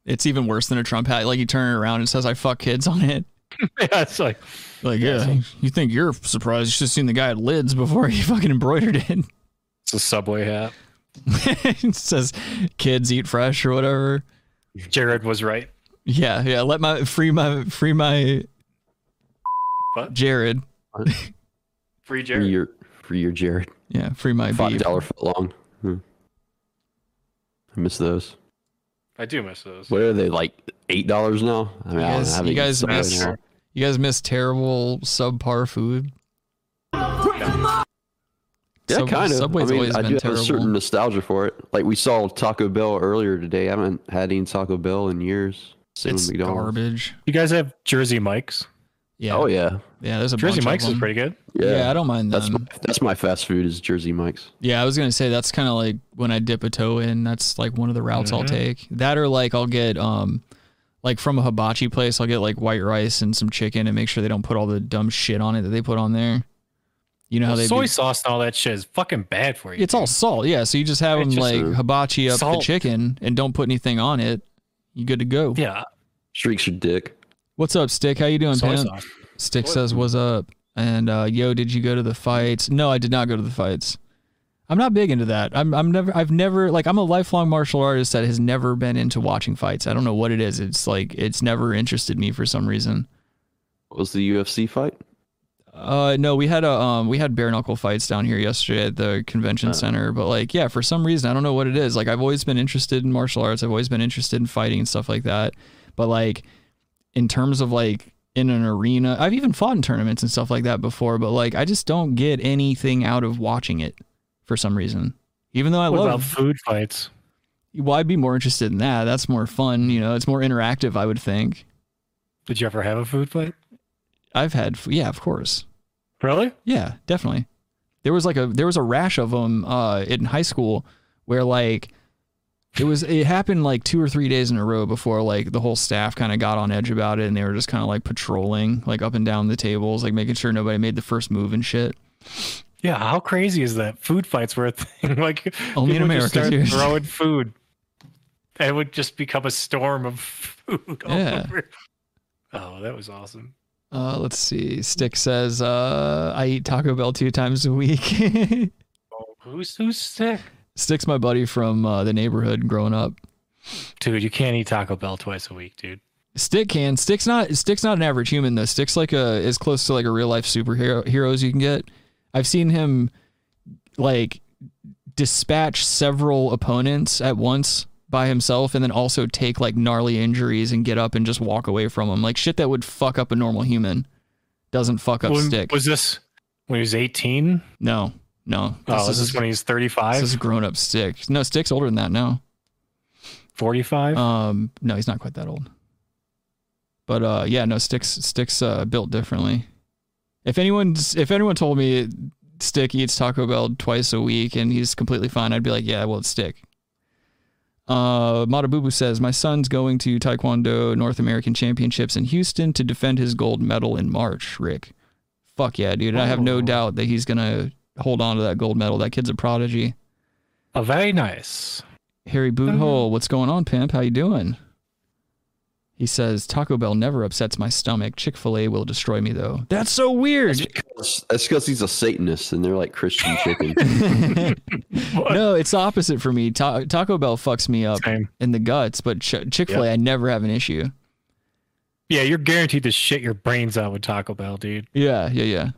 it's even worse than a Trump hat. Like you turn it around and it says "I fuck kids" on it. yeah, it's like Like yeah, you think you're surprised? You should have seen the guy at lids before he fucking embroidered it. it's a subway hat. it says "kids eat fresh" or whatever. Jared was right. Yeah, yeah. Let my free my free my What? Jared. Free For Jared. your, for your Jared. Yeah, free my Five beef. dollar foot long. Hmm. I miss those. I do miss those. What are they like? Eight dollars now. I mean, You I don't guys, have you any guys stuff in miss there. you guys miss terrible subpar food. Yeah, Subway- kind of. Subway's I mean, always I been do terrible. have a certain nostalgia for it. Like we saw Taco Bell earlier today. I haven't had any Taco Bell in years. Same with It's McDonald's. garbage. You guys have Jersey Mike's. Yeah. Oh yeah, Yeah, there's a Jersey bunch Mike's of is them. pretty good. yeah. Yeah, I don't mind that's them. my, that's my fast food is Jersey Mike's. Yeah, I was gonna say that's kind of like when I dip a toe in. That's like one of the routes I'll Mhm. take. That or like I'll get um, like from a hibachi place, I'll get like white rice and some chicken and make sure they don't put all the dumb shit on it that they put on there. You know how they Soy be- sauce and all that shit is fucking bad for you. It's all salt, yeah. So you just have It's them just like hibachi up salt. the chicken and don't put anything on it. You good to go. yeah. Shrieks your dick. What's up, Stick? How you doing, Soy Pam? sauce. Stick says, "What's up?" And uh, yo, did you go to the fights? No, I did not go to the fights. I'm not big into that. I'm, I'm never. I've never like. I'm a lifelong martial artist that has never been into watching fights. I don't know what it is. It's like it's never interested me for some reason. What was the UFC fight? Uh, no, we had a um, we had bare knuckle fights down here yesterday at the convention center. But like, yeah, for some reason, I don't know what it is. Like, I've always been interested in martial arts. I've always been interested in fighting and stuff like that. But like, in terms of like in an arena, I've even fought in tournaments and stuff like that before. But like, I just don't get anything out of watching it for some reason. Even though I What about love food fights? well, I'd be more interested in that. That's more fun. You know, it's more interactive. I would think. Did you ever have a food fight? I've had, yeah, of course. Really? Yeah, definitely. There was like a there was a rash of them uh, in high school where like it was it happened like two or three days in a row before like the whole staff kind of got on edge about it and they were just kind of like patrolling like up and down the tables like making sure nobody made the first move and shit. Yeah. How crazy is that? Food fights were a thing. like Only in people America, just started dude. throwing food. And it would just become a storm of food. all Yeah. over. Oh, that was awesome. Uh, let's see. Stick says uh, I eat Taco Bell two times a week. Oh, who's who's sick? Stick's my buddy from uh, the neighborhood growing up. Dude, you can't eat Taco Bell twice a week, dude. Stick can. Stick's not Stick's not an average human though. Stick's like a as close to like a real life superhero hero as you can get. I've seen him like dispatch several opponents at once by himself and then also take like gnarly injuries and get up and just walk away from them. Like shit that would fuck up a normal human. Doesn't fuck up When- Stick. Was this when he was 18? no. No. oh, this is when he was 35, this is grown up Stick. No, Stick's older than that now. 45? Um no, he's not quite that old. But uh yeah, no, Stick's Stick's uh built differently. If anyone's if anyone told me Stick eats Taco Bell twice a week and he's completely fine, I'd be like, yeah, well, it's Stick. Uh, Matabubu says, My son's going to Taekwondo North American Championships in Houston to defend his gold medal in March, Rick. Fuck yeah, dude. And I have no doubt that he's going to hold on to that gold medal. That kid's a prodigy. oh, very nice. Mm-hmm. Harry Boothole, what's going on, pimp? How you doing? He says, Taco Bell never upsets my stomach. Chick fil A will destroy me, though. That's so weird. That's because he's a Satanist and they're like Christian chicken. no, it's the opposite for me. Ta- Taco Bell fucks me up in the guts, but Ch- Chick fil A, Yep. I never have an issue. Yeah, you're guaranteed to shit your brains out with Taco Bell, dude. Yeah, yeah, yeah.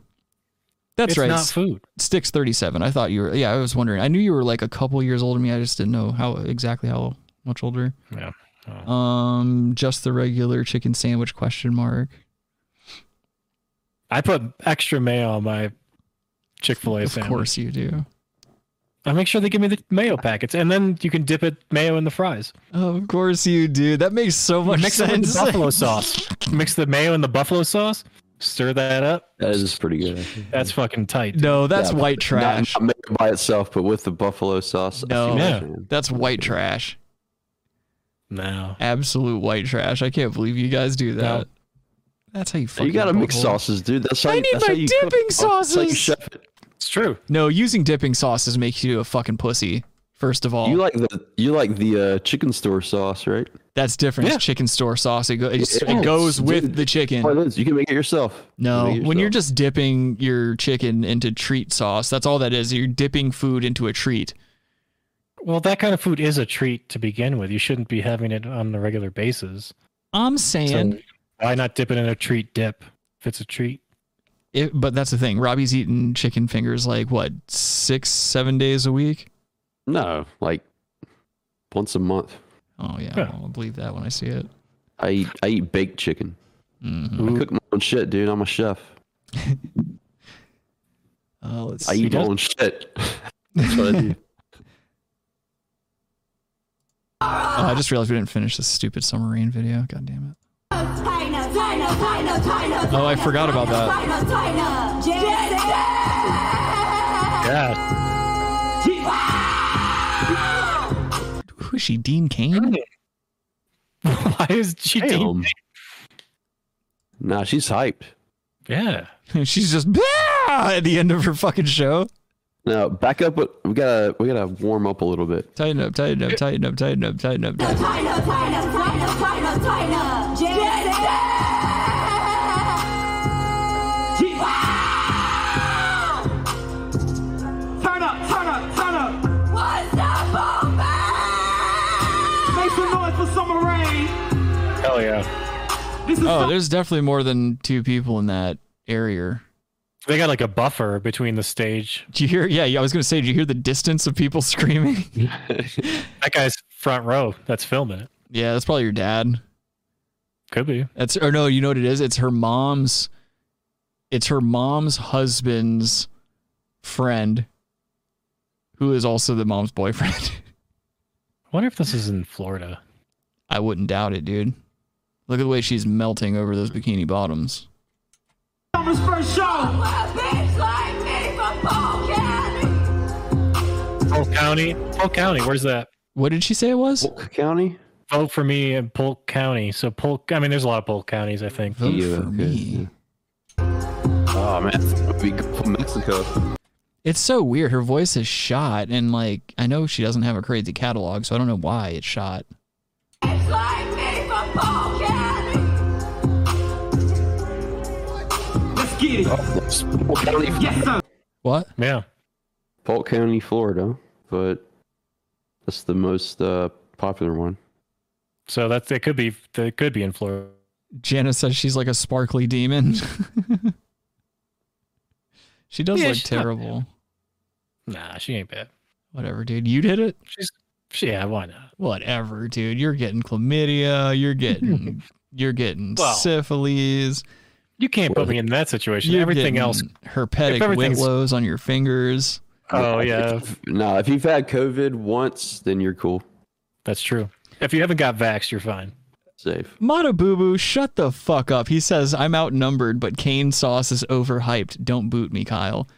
That's It's right. not S- food. Sticks 37. I thought you were, yeah, I was wondering. I knew you were like a couple years older than me. I just didn't know how exactly how much older. Yeah. Uh. Um, just the regular chicken sandwich question mark. I put extra mayo on my Chick Fil A Of sandwich. course you do. I make sure they give me the mayo packets, and then you can dip it mayo in the fries. Of course you do. That makes so much Mix it with sense. the buffalo sauce. Mix the mayo and the buffalo sauce. Stir that up. That is pretty good. That's fucking tight. No, that's Yeah, but white not- trash. Not, made by itself, but with the buffalo sauce. I see No, what you're saying. that's white trash. No. Absolute white trash. I can't believe you guys do that. That's how you fucking You gotta mix buckle. sauces, dude. That's how I you, need that's how my you cook. dipping That's how you sauces. chef it. It's true. No, using dipping sauces makes you a fucking pussy. First of all, You like the you like the uh, chicken store sauce, right? that's different. It's chicken store sauce. It, go, it's- it goes with the chicken. Oh, it is. You can make it yourself. No, You can make it when you're just dipping your chicken into treat sauce, that's all that is. You're dipping food into a treat. Well, that kind of food is a treat to begin with. You shouldn't be having it on a regular basis. I'm So saying, why not dip it in a treat dip if it's a treat? it, but that's the thing. Robbie's eating chicken fingers like what six, seven days a week. No, like once a month. Oh yeah, I'll believe that when I see it. I eat I eat baked chicken. Mm-hmm. I cook my own shit, dude. I'm a chef. Oh, let's I see. eat my own shit. That's what I do. Oh, I just realized we didn't finish this stupid submarine video. God damn it. Oh, I forgot about that. God. Who is she? Dean Kane? Why is she Damn. Nah, she's hyped. Yeah. She's just "Bah!" at the end of her fucking show. Now back up. but We gotta we gotta warm up a little bit. Tighten up, tighten up, tighten up, tighten up, tighten up. tighten up. Turn up, turn up, turn up. What's up, Make some noise for summer rain. Hell yeah. Oh, there's definitely more than two people in that area. They got like a buffer between the stage. Do you hear? Yeah, yeah. I was gonna say, do you hear the distance of people screaming? That guy's front row that's filming it. yeah, that's probably your dad. Could be. That's or no, you know what it is? It's her mom's. It's her mom's husband's friend, who is also the mom's boyfriend. I wonder if this is in Florida. I wouldn't doubt it, dude. Look at the way she's melting over those bikini bottoms. Summer's first show. Polk County. Polk County. Where's that? What did she say it was? Polk County. Vote for me in Polk County. So Polk. I mean, there's a lot of Polk counties. I think. Vote Yeah, for okay, me. Oh man, we go to Mexico. It's so weird. Her voice is shot, and like I know she doesn't have a crazy catalog, so I don't know why it's shot. Let's get it. Polk County. Yes, sir. What? Yeah. Polk County, Florida, but that's the most uh, popular one. So that's it. Could be. It could be in Florida. Janice says she's like a sparkly demon. she does Yeah, look she's not terrible. Nah, she ain't bad. Whatever, dude. You did it. She's yeah. Why not? Whatever, dude. You're getting chlamydia. You're getting. you're getting Well, syphilis. You can't put me in that situation. You're Everything getting else. Herpetic if everything's- whitlows on your fingers. Oh yeah. No, if you've had COVID once, then you're cool, That's true. If you haven't got vaxxed, you're fine. safe. Mata Boo Boo, shut the fuck up. He says, I'm outnumbered, but cane sauce is overhyped. Don't boot me, Kyle.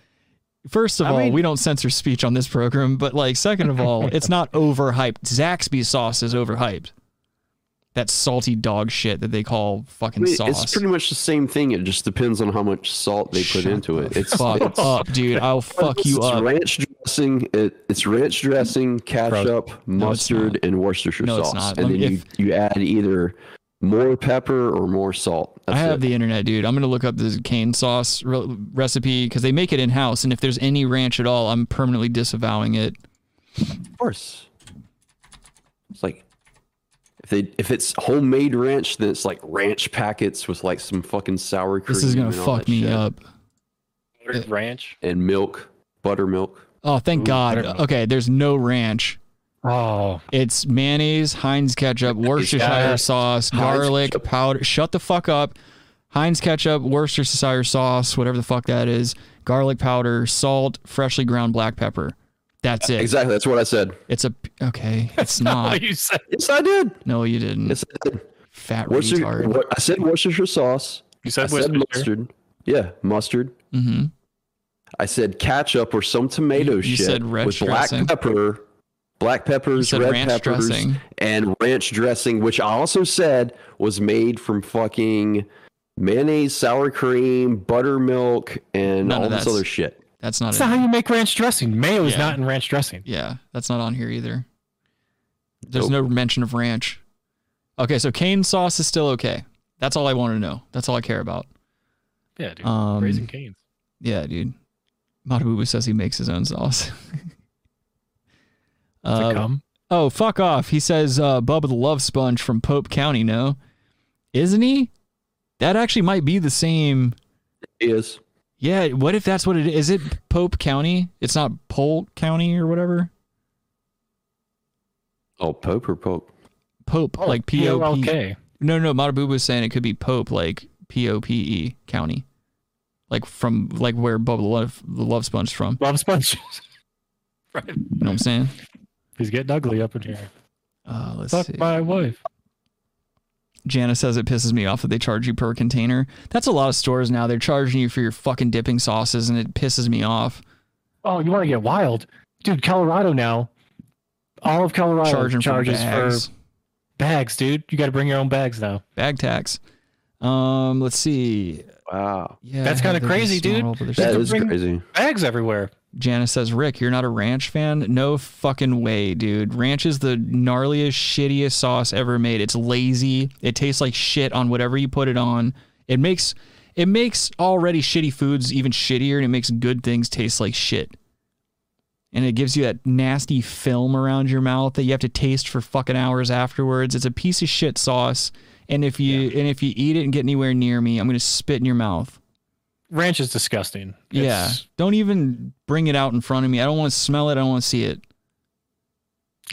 First of all, we don't censor speech on this program, but like, second of all, it's not overhyped. Zaxby sauce is overhyped. That salty dog shit that they call fucking I mean, sauce. It's pretty much the same thing. It just depends on how much salt they put into it. It's fuck it's, up, dude. I'll fuck you uh, it's up. ranch dressing. It, it's ranch dressing, ketchup, No, it's mustard, and Worcestershire No, it's sauce, not. and Let then me- you, you add either More pepper or more salt? I have the internet, dude. I'm gonna look up this cane sauce re- recipe because they make it in house, and if there's any ranch at all, I'm permanently disavowing it. Of course. It's like if they if it's homemade ranch, then it's like ranch packets with like some fucking sour cream. This is gonna and all fuck that me shit. up. ranch and milk, buttermilk. Oh, thank God. Okay, there's no ranch. Oh, it's mayonnaise, Heinz ketchup, Worcestershire Yes. sauce, Heinz garlic powder. Shut the fuck up. Heinz ketchup, Worcestershire sauce, whatever the fuck that is, garlic powder, salt, freshly ground black pepper. That's it. Exactly. That's what I said. It's a okay. It's not. you said. Yes, I did. No, you didn't. Yes, I did. Fat Worcester, retard. what, I said Worcestershire sauce. You said I said Worcestershire. mustard. Yeah, mustard. Mm-hmm. I said ketchup or some tomato you shit said ranch with black dressing. pepper, black peppers, said red ranch peppers, dressing. and ranch dressing, which I also said was made from fucking mayonnaise, sour cream, buttermilk, and None of all this that's- other shit. That's not. That's it. not how you make ranch dressing. Mayo is Yeah. not in ranch dressing. Yeah, that's not on here either. There's no mention of ranch. Okay, so cane sauce is still okay. That's all I want to know. That's all I care about. Yeah, dude. Um, Raising canes. Yeah, dude. Matabubu says he makes his own sauce. Does it come? Oh, fuck off. He says uh, Bubba the Love Sponge from Pope County, no? Isn't he? That actually might be the same. It is. Yeah, what if that's what it is? Is it Pope County? It's not Polk County or whatever? Oh, Pope or Pope? Pope, Oh, like P O P. P-O-L-K. No, no, Matabubu was saying it could be Pope, like P O P E County, like from like where Bubba the Love the Love Sponge from. Love sponge. right. You know what I'm saying? He's getting ugly up in here. Uh, let's Fuck see. my wife. Jana says it pisses me off that they charge you per container. That's a lot of stores now. They're charging you for your fucking dipping sauces, and it pisses me off. Oh, you want to get wild, dude? Colorado now. All of Colorado Charging for charges bags. for bags, dude. You got to bring your own bags now. Bag tax. Um, let's see. Wow. Yeah, That's I have kinda the crazy, small dude. roll, but there's That no- is Bring- crazy. Bags everywhere. Janice says, Rick, you're not a ranch fan? No fucking way, dude. Ranch is the gnarliest, shittiest sauce ever made. It's lazy. It tastes like shit on whatever you put it on. It makes it makes already shitty foods even shittier and it makes good things taste like shit. And it gives you that nasty film around your mouth that you have to taste for fucking hours afterwards. It's a piece of shit sauce. And if you and if you eat it and get anywhere near me, I'm gonna spit in your mouth. Ranch is disgusting. Yeah. It's- Don't even bring it out in front of me. I don't want to smell it. I don't want to see it.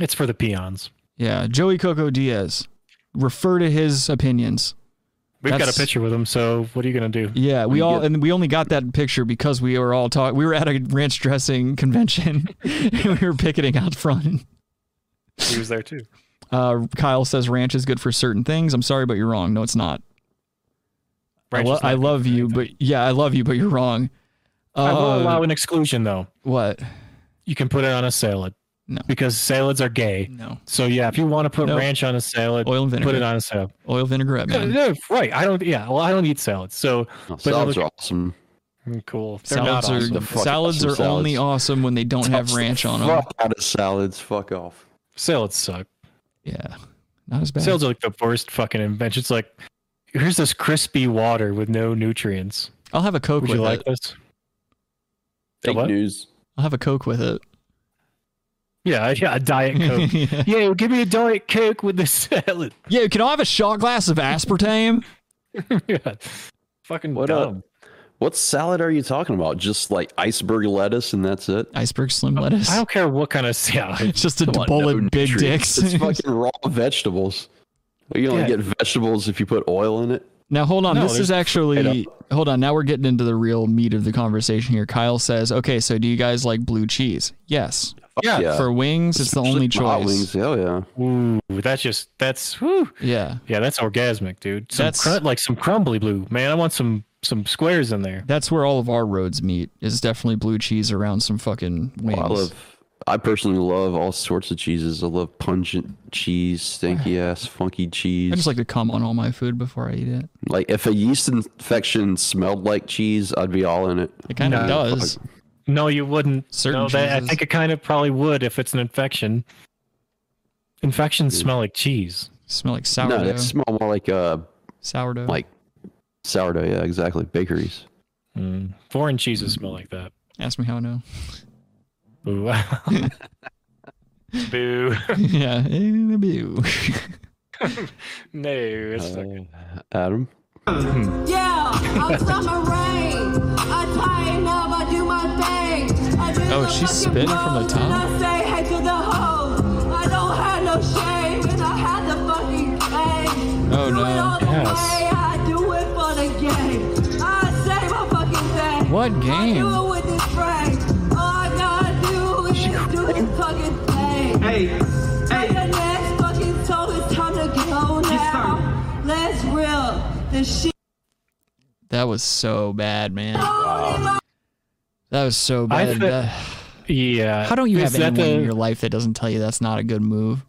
it's for the peons. Yeah. Joey Coco Diaz. Refer to his opinions. We've got That's- a picture with him, so what are you gonna do? Yeah, we all and we only got that picture because we were all talking. We were at a ranch dressing convention, and we were picketing out front. He was there too. Uh, Kyle says ranch is good for certain things. I'm sorry, but you're wrong. No, it's not. I, Ranch lo- is I not good love you, but yeah, I love you, but you're wrong. I will Uh, allow an exclusion though. What? You can put it on a salad. No. Because salads are gay. No. So yeah, if you want to put No. ranch on a salad, Oil and put vinegar. it on a salad. Oil vinaigrette, No, man. no, right. I don't. Yeah. Well, I don't eat salads, so. Oh, no, Salads look- are awesome. Mm, Cool. They're Salads not are awesome. The fucking salads awesome are only salads. awesome when they don't have ranch on them. Fuck out of salads. Fuck off. Salads suck. Yeah, not as bad. Salads are like the worst fucking invention. It's like, here's this crispy water with no nutrients. I'll have a coke Would with you like it. this? The Fake what? news. I'll have a coke with it. Yeah, I- yeah, a diet coke. yeah. yeah, give me a diet coke with the salad. yeah, can I have a shot glass of aspartame? yeah. Fucking What up? dumb. What salad are you talking about? Just like iceberg lettuce and that's it? Iceberg slim lettuce. I don't care what kind of salad. It's just a Come on, bowl no of big nutrients. dicks. It's fucking raw vegetables. You only Yeah. get vegetables if you put oil in it. Now hold on, No, this is there's- actually I hold on. Now we're getting into the real meat of the conversation here. Kyle says, "Okay, so do you guys like blue cheese?" Yes. Fuck Yeah. For wings, it's the only Especially hot choice. Wings. Hell yeah. Ooh, that's just that's whew. Yeah, yeah, that's orgasmic, dude. Some That's- cr- like some crumbly blue, man. I want some some squares in there. that's where all of our roads meet. Is definitely blue cheese around some fucking wings. Well, I love. I personally love all sorts of cheeses. I love pungent cheese, stinky ass, funky cheese. I just like to cum on all my food before I eat it. Like if a yeast infection smelled like cheese, I'd be all in it. It kind of No. does. No, you wouldn't. Certain no, that, I cheeses. think it kind of probably would if it's an infection. Infections smell like cheese. Smell like sourdough. No, that smell more like uh sourdough. Like sourdough, yeah, exactly. Bakeries. Foreign cheeses smell like that. Ask me how I know. Boo. boo. yeah, eh, boo. no, it's not good. Adam. Yeah, I'm summer rain. I tighten up, I do my thing. I drink Oh, the she's fucking spitting from the rose tongue? And I say hey to the hoes. I don't have no shame, and I have the fucking game. Oh, do it no. all the Yes. way, I do it for the game. I say my fucking thing. What I game? do it with this brain. All I gotta do is just do this fucking thing. Hey, hey. The next fucking song it's time to go now. Let's real the shit. That was so bad, man. That was so I bad. thi- Uh, yeah. How don't you Is have that anyone in the- your life that doesn't tell you that's not a good move?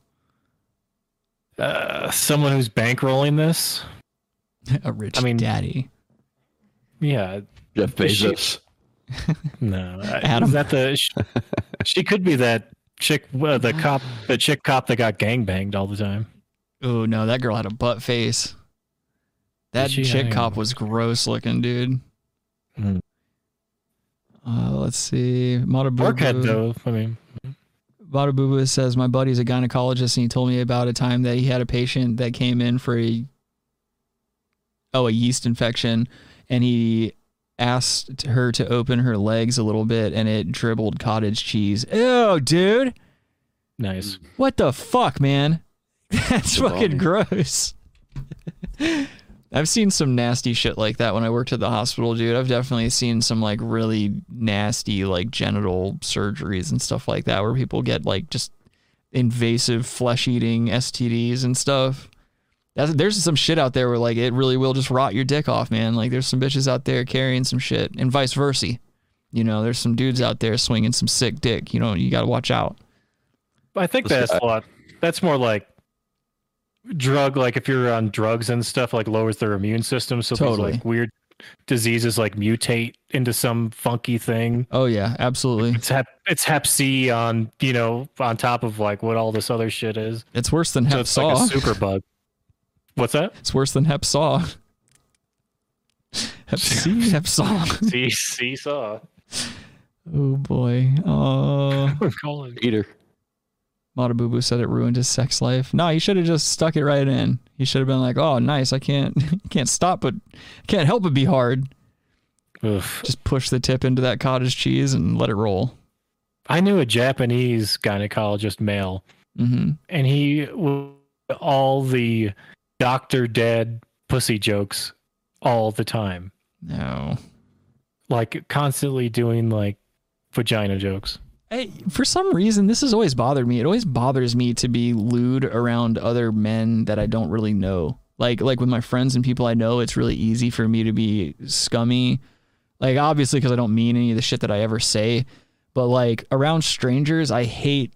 uh, someone who's bankrolling this? a rich I mean, daddy. Yeah. Jeff She- Bezos. No, I- Adam. Is that the? She, she could be that chick, uh, the cop, the chick cop that got gangbanged all the time. Oh no, that girl had a butt face. That she? I chick don't cop was gross looking, dude. Mm. Uh, let's see. Mata Burkhead Boo- though. I mean, Vada Booba says, My buddy's a gynecologist, and he told me about a time that he had a patient that came in for a oh a yeast infection, and he asked her to open her legs a little bit, and it dribbled cottage cheese. Ew, dude! nice. What the fuck, man? That's Good fucking body. gross. I've seen some nasty shit like that when I worked at the hospital, dude. I've definitely seen some like really nasty like genital surgeries and stuff like that where people get like just invasive flesh eating STDs and stuff. That's, there's some shit out there where like it really will just rot your dick off, man. Like there's some bitches out there carrying some shit and vice versa. You know, there's some dudes out there swinging some sick dick. You know, you got to watch out. I think This that's a lot. That's more like drug. Like if you're on drugs and stuff, like lowers their immune system. So these, Totally. like weird diseases like mutate into some funky thing. Oh yeah, absolutely. It's hep, it's hep C on you know on top of like what all this other shit is. It's worse than So Hep it's Saw. like a super bug. What's that? it's worse than Hep Saw. Hep C, Hep Saw. See, seesaw. Oh boy. Oh, Colin. Peter. Matabubu said it ruined his sex life. No, he should have just stuck it right in. He should have been like, "Oh, nice. I can't, can't stop, but can't help but be hard." Oof. Just push the tip into that cottage cheese and let it roll. I knew a Japanese gynecologist male, Mm-hmm. and he w- all the Doctor Dead pussy jokes all the time, No. like constantly doing like vagina jokes. I, for some reason, this has always bothered me. It always bothers me to be lewd around other men that I don't really know. Like, like with my friends and people I know, it's really easy for me to be scummy. Like, obviously, because I don't mean any of the shit that I ever say. But like around strangers, I hate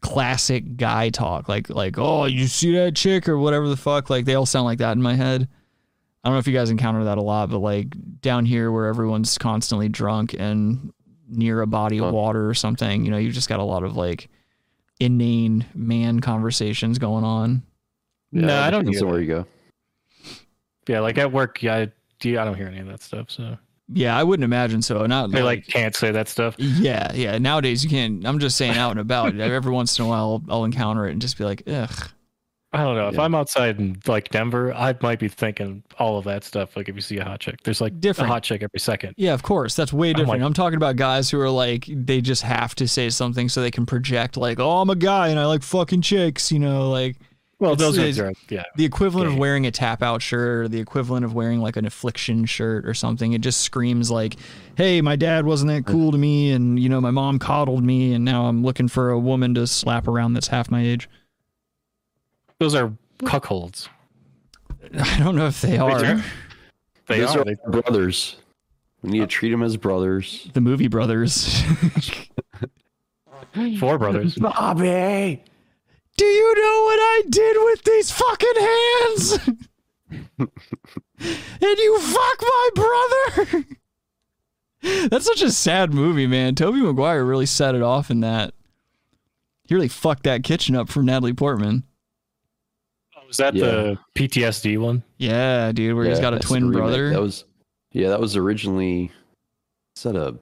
classic guy talk. Like, like, oh, you see that chick or whatever the fuck. Like, they all sound like that in my head. I don't know if you guys encounter that a lot, but like down here where everyone's constantly drunk and near a body of water or something, you know, you've just got a lot of like inane man conversations going on. Yeah, no, I don't depends hear. on where That. you go. Yeah, like at work, yeah, I, yeah, I don't hear any of that stuff. So Yeah, I wouldn't imagine so. Not they like can't say that stuff. yeah, yeah. Nowadays you can't. I'm just saying out and about. Every once in a while, I'll, I'll encounter it and just be like, ugh. I don't know. If Yeah. I'm outside in like Denver, I might be thinking all of that stuff. Like if you see a hot chick, there's like Different. a hot chick every second. Yeah, of course. That's way different. I'm, like- talking about guys who are like they just have to say something so they can project like, oh, I'm a guy and I like fucking chicks. You know, like Well, It's- those it's- are yeah. the equivalent of Yeah. wearing a tap out shirt or the equivalent of wearing like an affliction shirt or something. It just screams like, hey, my dad wasn't that cool to me and, you know, my mom coddled me and now I'm looking for a woman to slap around that's half my age. Those are cuckolds. I don't know if they are. do. They Those are. are, They- our brothers. We need to treat them as brothers. The movie brothers. Four brothers. Bobby. Do you know what I did with these fucking hands? and you fuck my brother. That's such a sad movie, man. Toby Maguire really set it off in that. He really fucked that kitchen up from Natalie Portman. Was that the PTSD one? Yeah, dude, where he's got a that's twin the remake. brother. That was, yeah, that was originally set up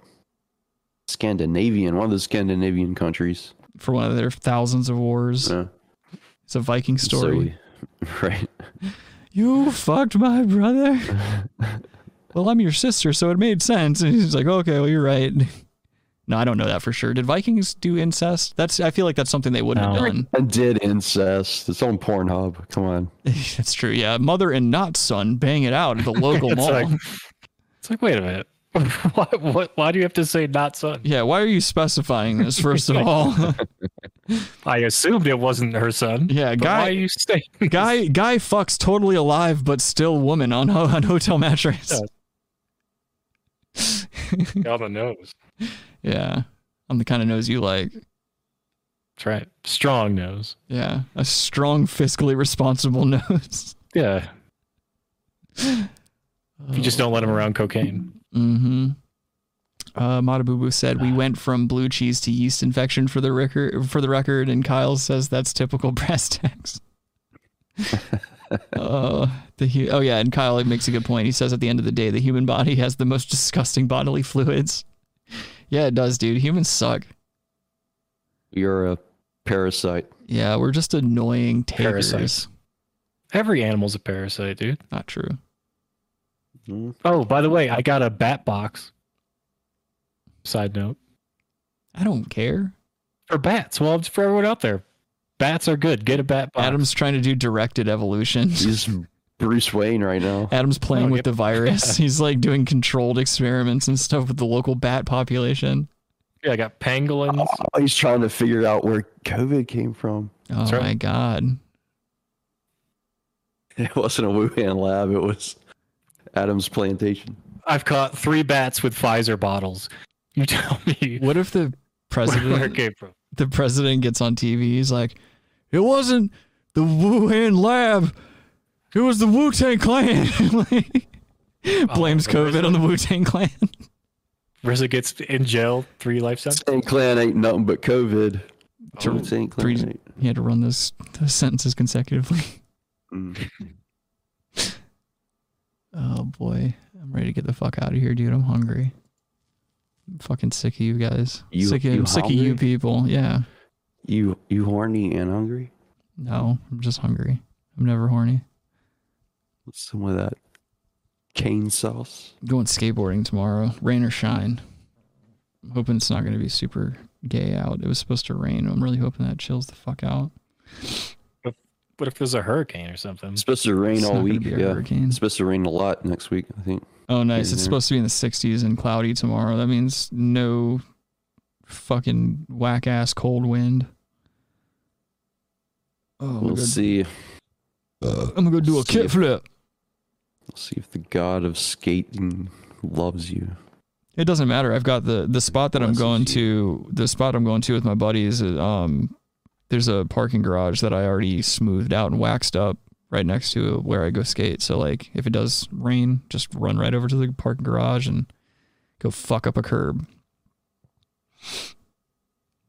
Scandinavian, one of the Scandinavian countries. for one of their thousands of wars. It's a Viking So story. we- right. you fucked my brother. well, I'm your sister, so it made sense. And he's like, okay, well, you're right. No, I don't know that for sure. Did Vikings do incest? That's I feel like that's something they wouldn't have done. I did incest. It's on Pornhub. Come on. That's true. Yeah, mother and not son bang it out at the local It's mall. like- It's like, wait a minute. why, what, why do you have to say not son? yeah, why are you specifying this first of all? I assumed it wasn't her son. Yeah, guy. Why are you saying? guy guy fucks totally alive but still woman on ho- on hotel mattress. Yeah. on the nose. Yeah. I'm the kind of nose you like. That's right. Strong nose. Yeah. A strong, fiscally responsible nose. Yeah. You just don't let him around cocaine. Mm-hmm. Uh, Matabubu said we went from blue cheese to yeast infection for the record. For the record, and Kyle says that's typical breast tax. uh, the hu- oh yeah, and Kyle makes a good point. He says at the end of the day, the human body has the most disgusting bodily fluids. Yeah, it does, dude. Humans suck. You're a parasite. Yeah, we're just annoying takers. Parasites. Every animal's a parasite, dude. Not true. Oh, by the way, I got a bat box. Side note. I don't care. For bats. Well, it's for everyone out there. Bats are good. Get a bat box. Adam's trying to do directed evolution. He's Bruce Wayne right now. Adam's playing Oh, with yep. the virus. He's like doing controlled experiments and stuff with the local bat population. Yeah, I got pangolins. Oh, he's trying to figure out where COVID came from. Oh right. my god. It wasn't a Wuhan lab. It was Adam's plantation. I've caught three bats with Pfizer bottles. You tell me What if the where it president came from. the president gets on TV, he's like, It wasn't the Wuhan lab. It was the Wu Tang clan. Like, Oh, Blames COVID on the Wu Tang clan. RZA gets in jail three life sentences. Saint Clan ain't nothing but COVID. Three- Oh, Saint Clan Three ain't- he had to run those those sentences consecutively. Mm. Oh boy. I'm ready to get the fuck out of here, dude. I'm hungry. I'm fucking sick of you guys. You- sick of, you I'm sick of you hungry? people. Yeah. You you horny and hungry? No, I'm just hungry. I'm never horny. What's some of that cane sauce? going skateboarding tomorrow, rain or shine. I'm hoping it's not going to be super gay out. It was supposed to rain. I'm really hoping that chills the fuck out. What if there's a hurricane or something? It's supposed to rain It's all not gonna week. be Yeah, a hurricane. it's supposed to rain a lot next week. I think. Oh, nice. Yeah. It's supposed to be in the 60s and cloudy tomorrow. That means no fucking whack ass cold wind. Oh, we'll my God. see. I'm going to do a see if- kickflip. We'll see if the god of skating loves you. It doesn't matter. I've got the the spot that I'm Blesses going you. to. The spot I'm going to with my buddies. Is, um, there's a parking garage that I already smoothed out and waxed up right next to where I go skate. So like, if it does rain, just run right over to the parking garage and go fuck up a curb.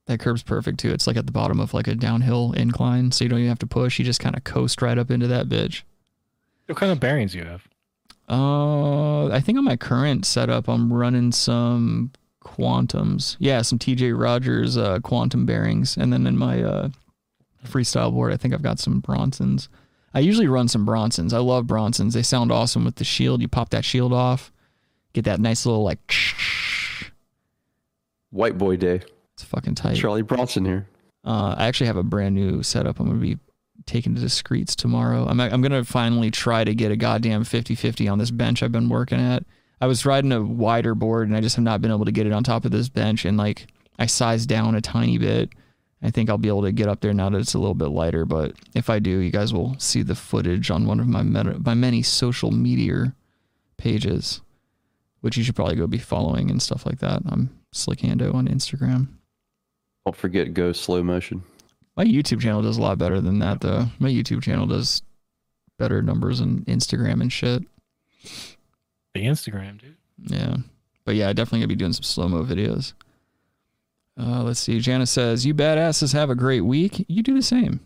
That curb's perfect too. It's like at the bottom of like a downhill incline, so you don't even have to push. You just kind of coast right up into that bitch. What kind of bearings you have? Uh, I think on my current setup, I'm running some quantums. Yeah, some TJ Rogers uh, quantum bearings, and then in my uh, freestyle board, I think I've got some Bronsons. I usually run some Bronsons. I love Bronsons. They sound awesome with the shield. You pop that shield off, get that nice little like. White boy day. It's fucking tight. Charlie Bronson here. Uh, I actually have a brand new setup. I'm gonna be taking to discretes tomorrow. I'm I'm gonna finally try to get a goddamn 50-50 on this bench I've been working at. I was riding a wider board and I just have not been able to get it on top of this bench and like I sized down a tiny bit. I think I'll be able to get up there now that it's a little bit lighter, but if I do, you guys will see the footage on one of my meta, my many social media pages, which you should probably go be following and stuff like that. I'm Slickando on Instagram. Don't forget go slow motion. My YouTube channel does a lot better than that, though. My YouTube channel does better numbers than Instagram and shit. The Instagram, dude. Yeah. But yeah, I definitely gonna be doing some slow mo videos. Uh, let's see. Janice says, You badasses have a great week. You do the same.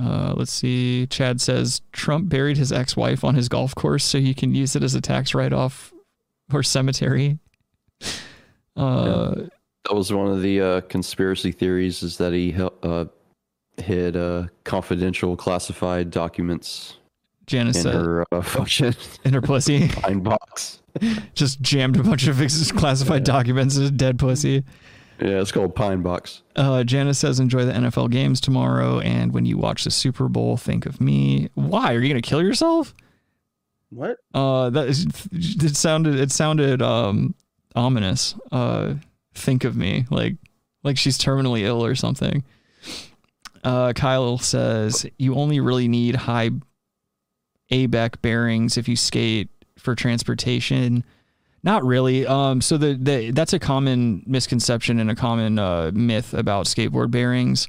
Uh, let's see. Chad says Trump buried his ex wife on his golf course so he can use it as a tax write off or cemetery. Uh, That was one of the uh, conspiracy theories is that he hel- uh, hid uh, confidential classified documents Janice in said- her uh, fucking in her pussy. pine box. Just jammed a bunch of classified documents in a dead pussy. Yeah, it's called pine box. Uh, Janice says, enjoy the NFL games tomorrow. And when you watch the Super Bowl, think of me. Why? Are you going to kill yourself? What? Uh, that is, it sounded, it sounded, um, ominous. Uh, think of me like, like she's terminally ill or something. Uh, Kyle says, you only really need high ABEC bearings if you skate for transportation. Not really. Um, so the, the that's a common misconception and a common uh, myth about skateboard bearings.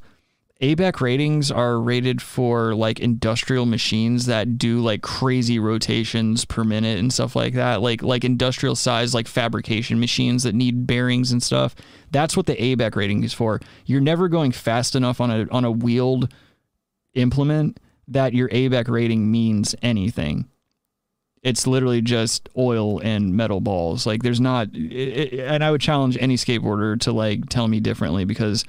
ABEC ratings are rated for like industrial machines that do like crazy rotations per minute and stuff like that. Like like industrial size like fabrication machines that need bearings and stuff. That's what the ABEC rating is for. You're never going fast enough on a on a wheeled implement that your ABEC rating means anything. It's literally just oil and metal balls. Like there's not, it, it- and I would challenge any skateboarder to like tell me differently because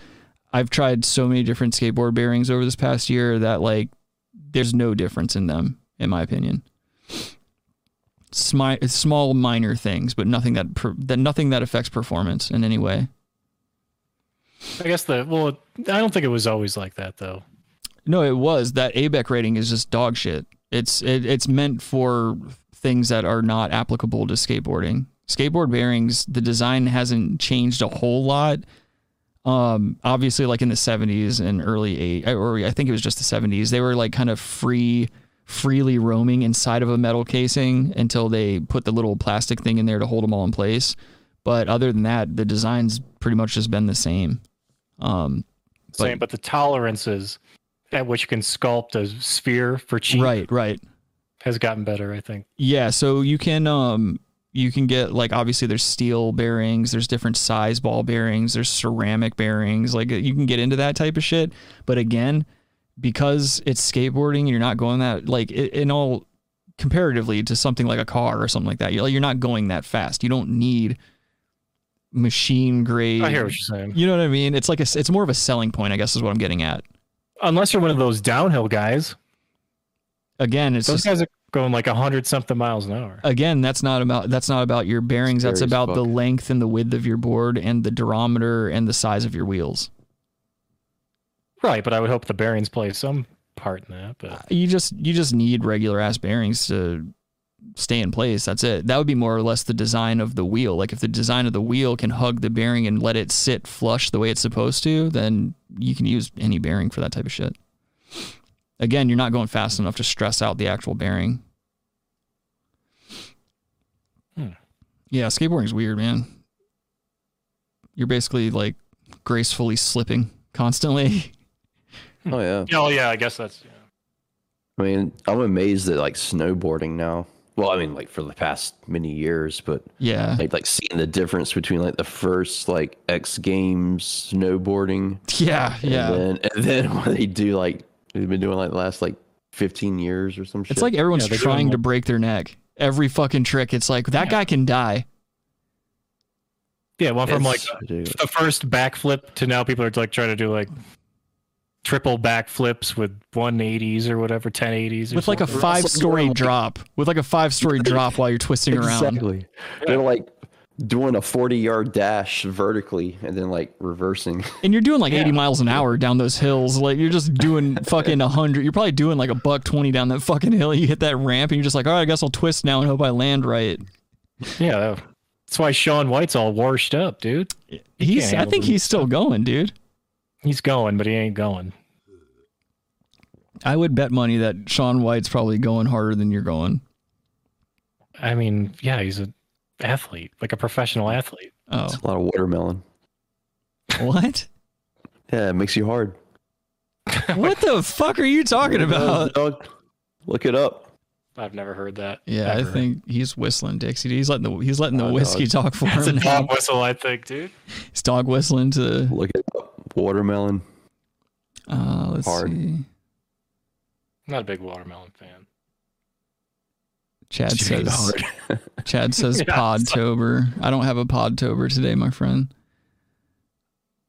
I've tried so many different skateboard bearings over this past year that like there's no difference in them, in my opinion. Smi- small minor things, but nothing that per- that nothing that affects performance in any way. I guess the well, I don't think it was always like that though. No, it was that ABEC rating is just dog shit. It's it, it's meant for things that are not applicable to skateboarding. Skateboard bearings, the design hasn't changed a whole lot. Um, obviously, like in the '70s and early eight, or I think it was just the '70s, they were like kind of free, freely roaming inside of a metal casing until they put the little plastic thing in there to hold them all in place. But other than that, the design's pretty much just been the same. Um, Same, but the tolerances at which you can sculpt a sphere for cheap, right, right, has gotten better. I think. Yeah, so you can um you can get like obviously there's steel bearings, there's different size ball bearings, there's ceramic bearings, like you can get into that type of shit. But again, because it's skateboarding, you're not going that like i- in all comparatively to something like a car or something like that. You're, you're not going that fast. You don't need machine grade. I hear what you're saying. You know what I mean? It's like a s- it's more of a selling point, I guess, is what I'm getting at. Unless you're one of those downhill guys. Again, it's those just- guys are going like hundred something miles an hour. Again, that's not about that's not about your bearings. That's Scary as about the fuck. length and the width of your board and the durometer and the size of your wheels. Right, but I would hope the bearings play some part in that. But You just you just need regular ass bearings to stay in place. That's it. That would be more or less the design of the wheel. Like if the design of the wheel can hug the bearing and let it sit flush the way it's supposed to, then you can use any bearing for that type of shit. Again, you're not going fast enough to stress out the actual bearing. Hmm. Yeah, skateboarding's weird, man. You're basically like gracefully slipping constantly. Oh yeah. oh yeah, I guess that's I mean, I'm amazed that like snowboarding now. Well, I mean, like for the past many years, but Yeah. like, like seeing the difference between like the first like X Games snowboarding. Yeah, yeah. And then, and then what they do like they've been doing like the last like 15 years or some shit. It's like everyone's trying to break their neck. Every fucking trick. It's like that guy can die. yeah. One from like It's ridiculous. the first backflip to now, people are like trying to do like triple backflips with 180s or whatever, 1080s. Or With like a something. five story drop. With like a five story drop while you're twisting around. Exactly. They're like doing a 40 yard dash vertically and then like reversing. And you're doing like 80 miles an hour down those hills. Like you're just doing fucking 100. You're probably doing like a buck 20 down that fucking hill. You hit that ramp and you're just like, all right, I guess I'll twist now and hope I land right. Yeah, that's why Sean White's all washed up, dude. He's, I think he's still going, dude. He's going, but he ain't going. I would bet money that Sean White's probably going harder than you're going. I mean, yeah, he's an athlete, like a professional athlete. Oh. It's a lot of watermelon. What? Yeah, it makes you hard. What the fuck are you talking about? Dog, Look it up. I've never heard that. Yeah, I Ever. think he's whistling Dixie. He's letting the he's letting the whiskey dog. talk for That's a him. now. dog whistle, I think, dude. He's dog whistling to Look it up. Watermelon. uh, let's Hard. see. Not a big watermelon fan. Chad It's says. hard. Chad says Yeah, it's Podtober. I don't have a Podtober today, my friend.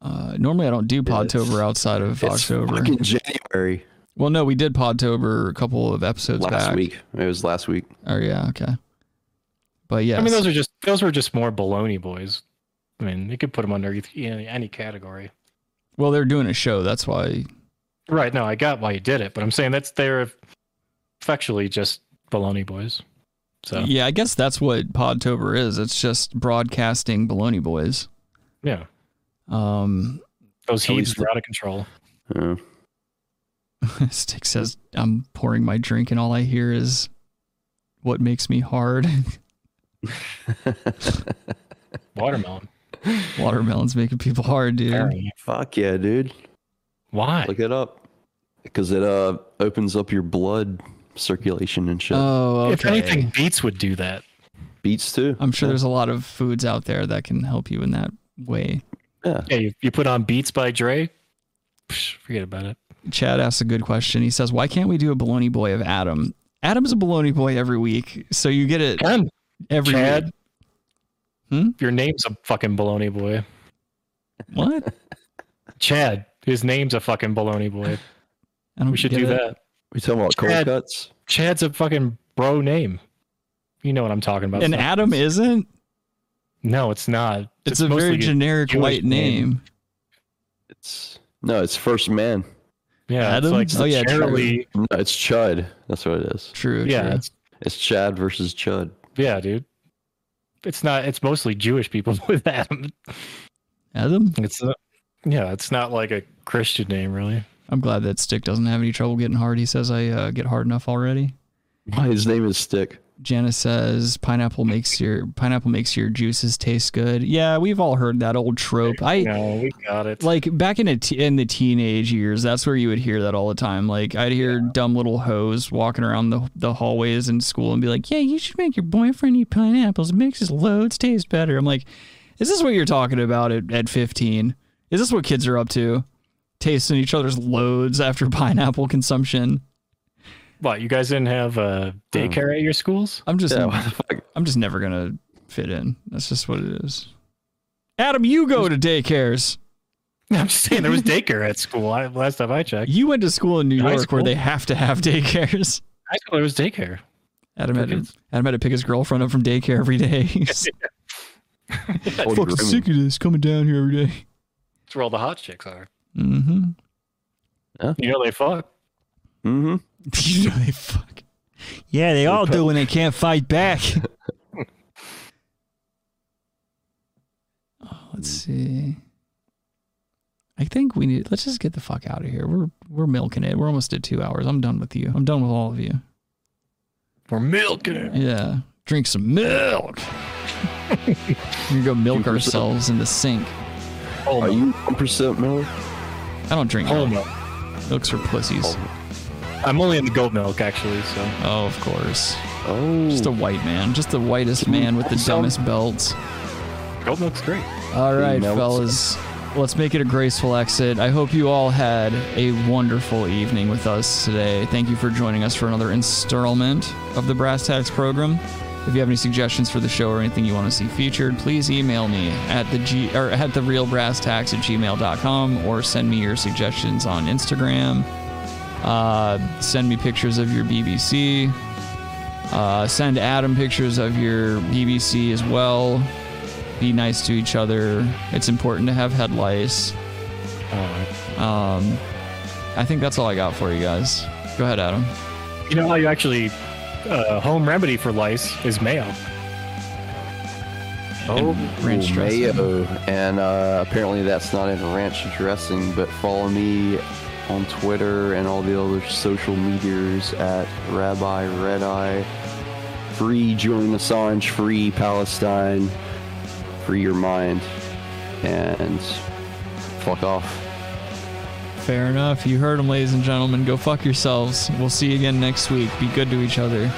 Uh, normally, I don't do Podtober outside of It's October. fucking January. Well, no, we did Podtober a couple of episodes last back. week. It was last week. Oh yeah, okay. But yeah, I mean, those are just those were just more baloney boys. I mean, you could put them under eith- any, any category. well, they're doing a show. That's why. Right? No, I got why you did it, but I'm saying that's they're effectually just baloney boys. So Yeah, I guess that's what Podtober is. It's just broadcasting baloney boys. yeah, Um, those At heaves least- were out of control. Stick says I'm pouring my drink, and all I hear is what makes me hard. Watermelon. Watermelon's making people hard, dude. Fuck yeah, dude. Why? Look it up. Because it uh opens up your blood circulation and shit. Oh, If okay. anything, beets would do that. Beats too. I'm sure there's a lot of foods out there that can help you in that way. Yeah. Yeah, you, you put on Beats by Dre. Psh, forget about it. Chad asks a good question. He says, "Why can't we do a baloney boy of Adam? Adam's a baloney boy every week, so you get it every Chad. week." Your name's a fucking baloney boy. What? Chad. His name's a fucking baloney boy. I don't we should get do it. that. We talking about cold Chad- cuts? Chad's a fucking bro name. You know what I'm talking about. And son. Adam isn't. No, it's not. It's a very mostly generic Jewish white name. No, it's first man. Yeah, it's like oh yeah, generally. No, it's Chud. That's what it is. True. Yeah, true. It's, it's Chad versus Chud. Yeah, dude. It's not. It's mostly Jewish people with Adam. Adam. It's not, yeah. It's not like a Christian name, really. I'm glad that Stick doesn't have any trouble getting hard. He says, "I uh, get hard enough already." Why his name is Stick? Janice says, "Pineapple makes your pineapple makes your juices taste good." Yeah, we've all heard that old trope. I no, we got it. Like back in a t- in the teenage years, that's where you would hear that all the time. Like I'd hear dumb little hoes walking around the the hallways in school and be like, "Yeah, you should make your boyfriend eat pineapples. It makes his loads taste better." I'm like, "Is this what you're talking about at at 15? Is this what kids are up to? Tasting each other's loads after pineapple consumption?" What you guys didn't have uh, daycare at your schools? I'm just Yeah, I'm just never gonna fit in. That's just what it is. Adam, you go to daycares. I'm just saying there was daycare at school. I, last time I checked, You went to school in New High York where school? they have to have daycares. high school there was daycare. Adam had, to, Crickets. Adam had to pick his girlfriend up from daycare every day. He's fucking sick of this coming down here every day. That's where all the hot chicks are. Mm-hmm. You know they fuck. Mm-hmm. you know they fuck. Yeah, they all do when they can't fight back. oh, let's see. I think we need. Let's just get the fuck out of here. We're we're milking it. We're almost at two hours. I'm done with you. I'm done with all of you. We're milking it. Yeah. Drink some milk. we go milk ourselves in the sink. Oh Are you one percent milk? I don't drink Whole milk. Milks for pussies. I'm only into goat milk actually. So Oh, of course. Oh. Just a white man. Just the whitest man with the dumbest belts. goat milk's great. All right, Melts. fellas. Let's make it a graceful exit. I hope you all had a wonderful evening with us today. Thank you for joining us for another installment of the Brass Tacks program. If you have any suggestions for the show or anything you want to see featured, please email me at the g or at the real brass tacks at gmail.com or send me your suggestions on Instagram. Uh, send me pictures of your BBC. Uh, send Adam pictures of your BBC as well. Be nice to each other. It's important to have head lice. Um, I think that's all I got for you guys. Go ahead, Adam. You know how you actually uh, home remedy for lice is mayo. Oh, ranch dressing. mayo. And uh, apparently that's not in ranch dressing, but follow me on Twitter and all the other social medias at Rabbi Red Eye. Free Julian Assange, free Palestine, free your mind, and fuck off. Fair enough. You heard him, ladies and gentlemen. Go fuck yourselves. We'll see you again next week. Be good to each other.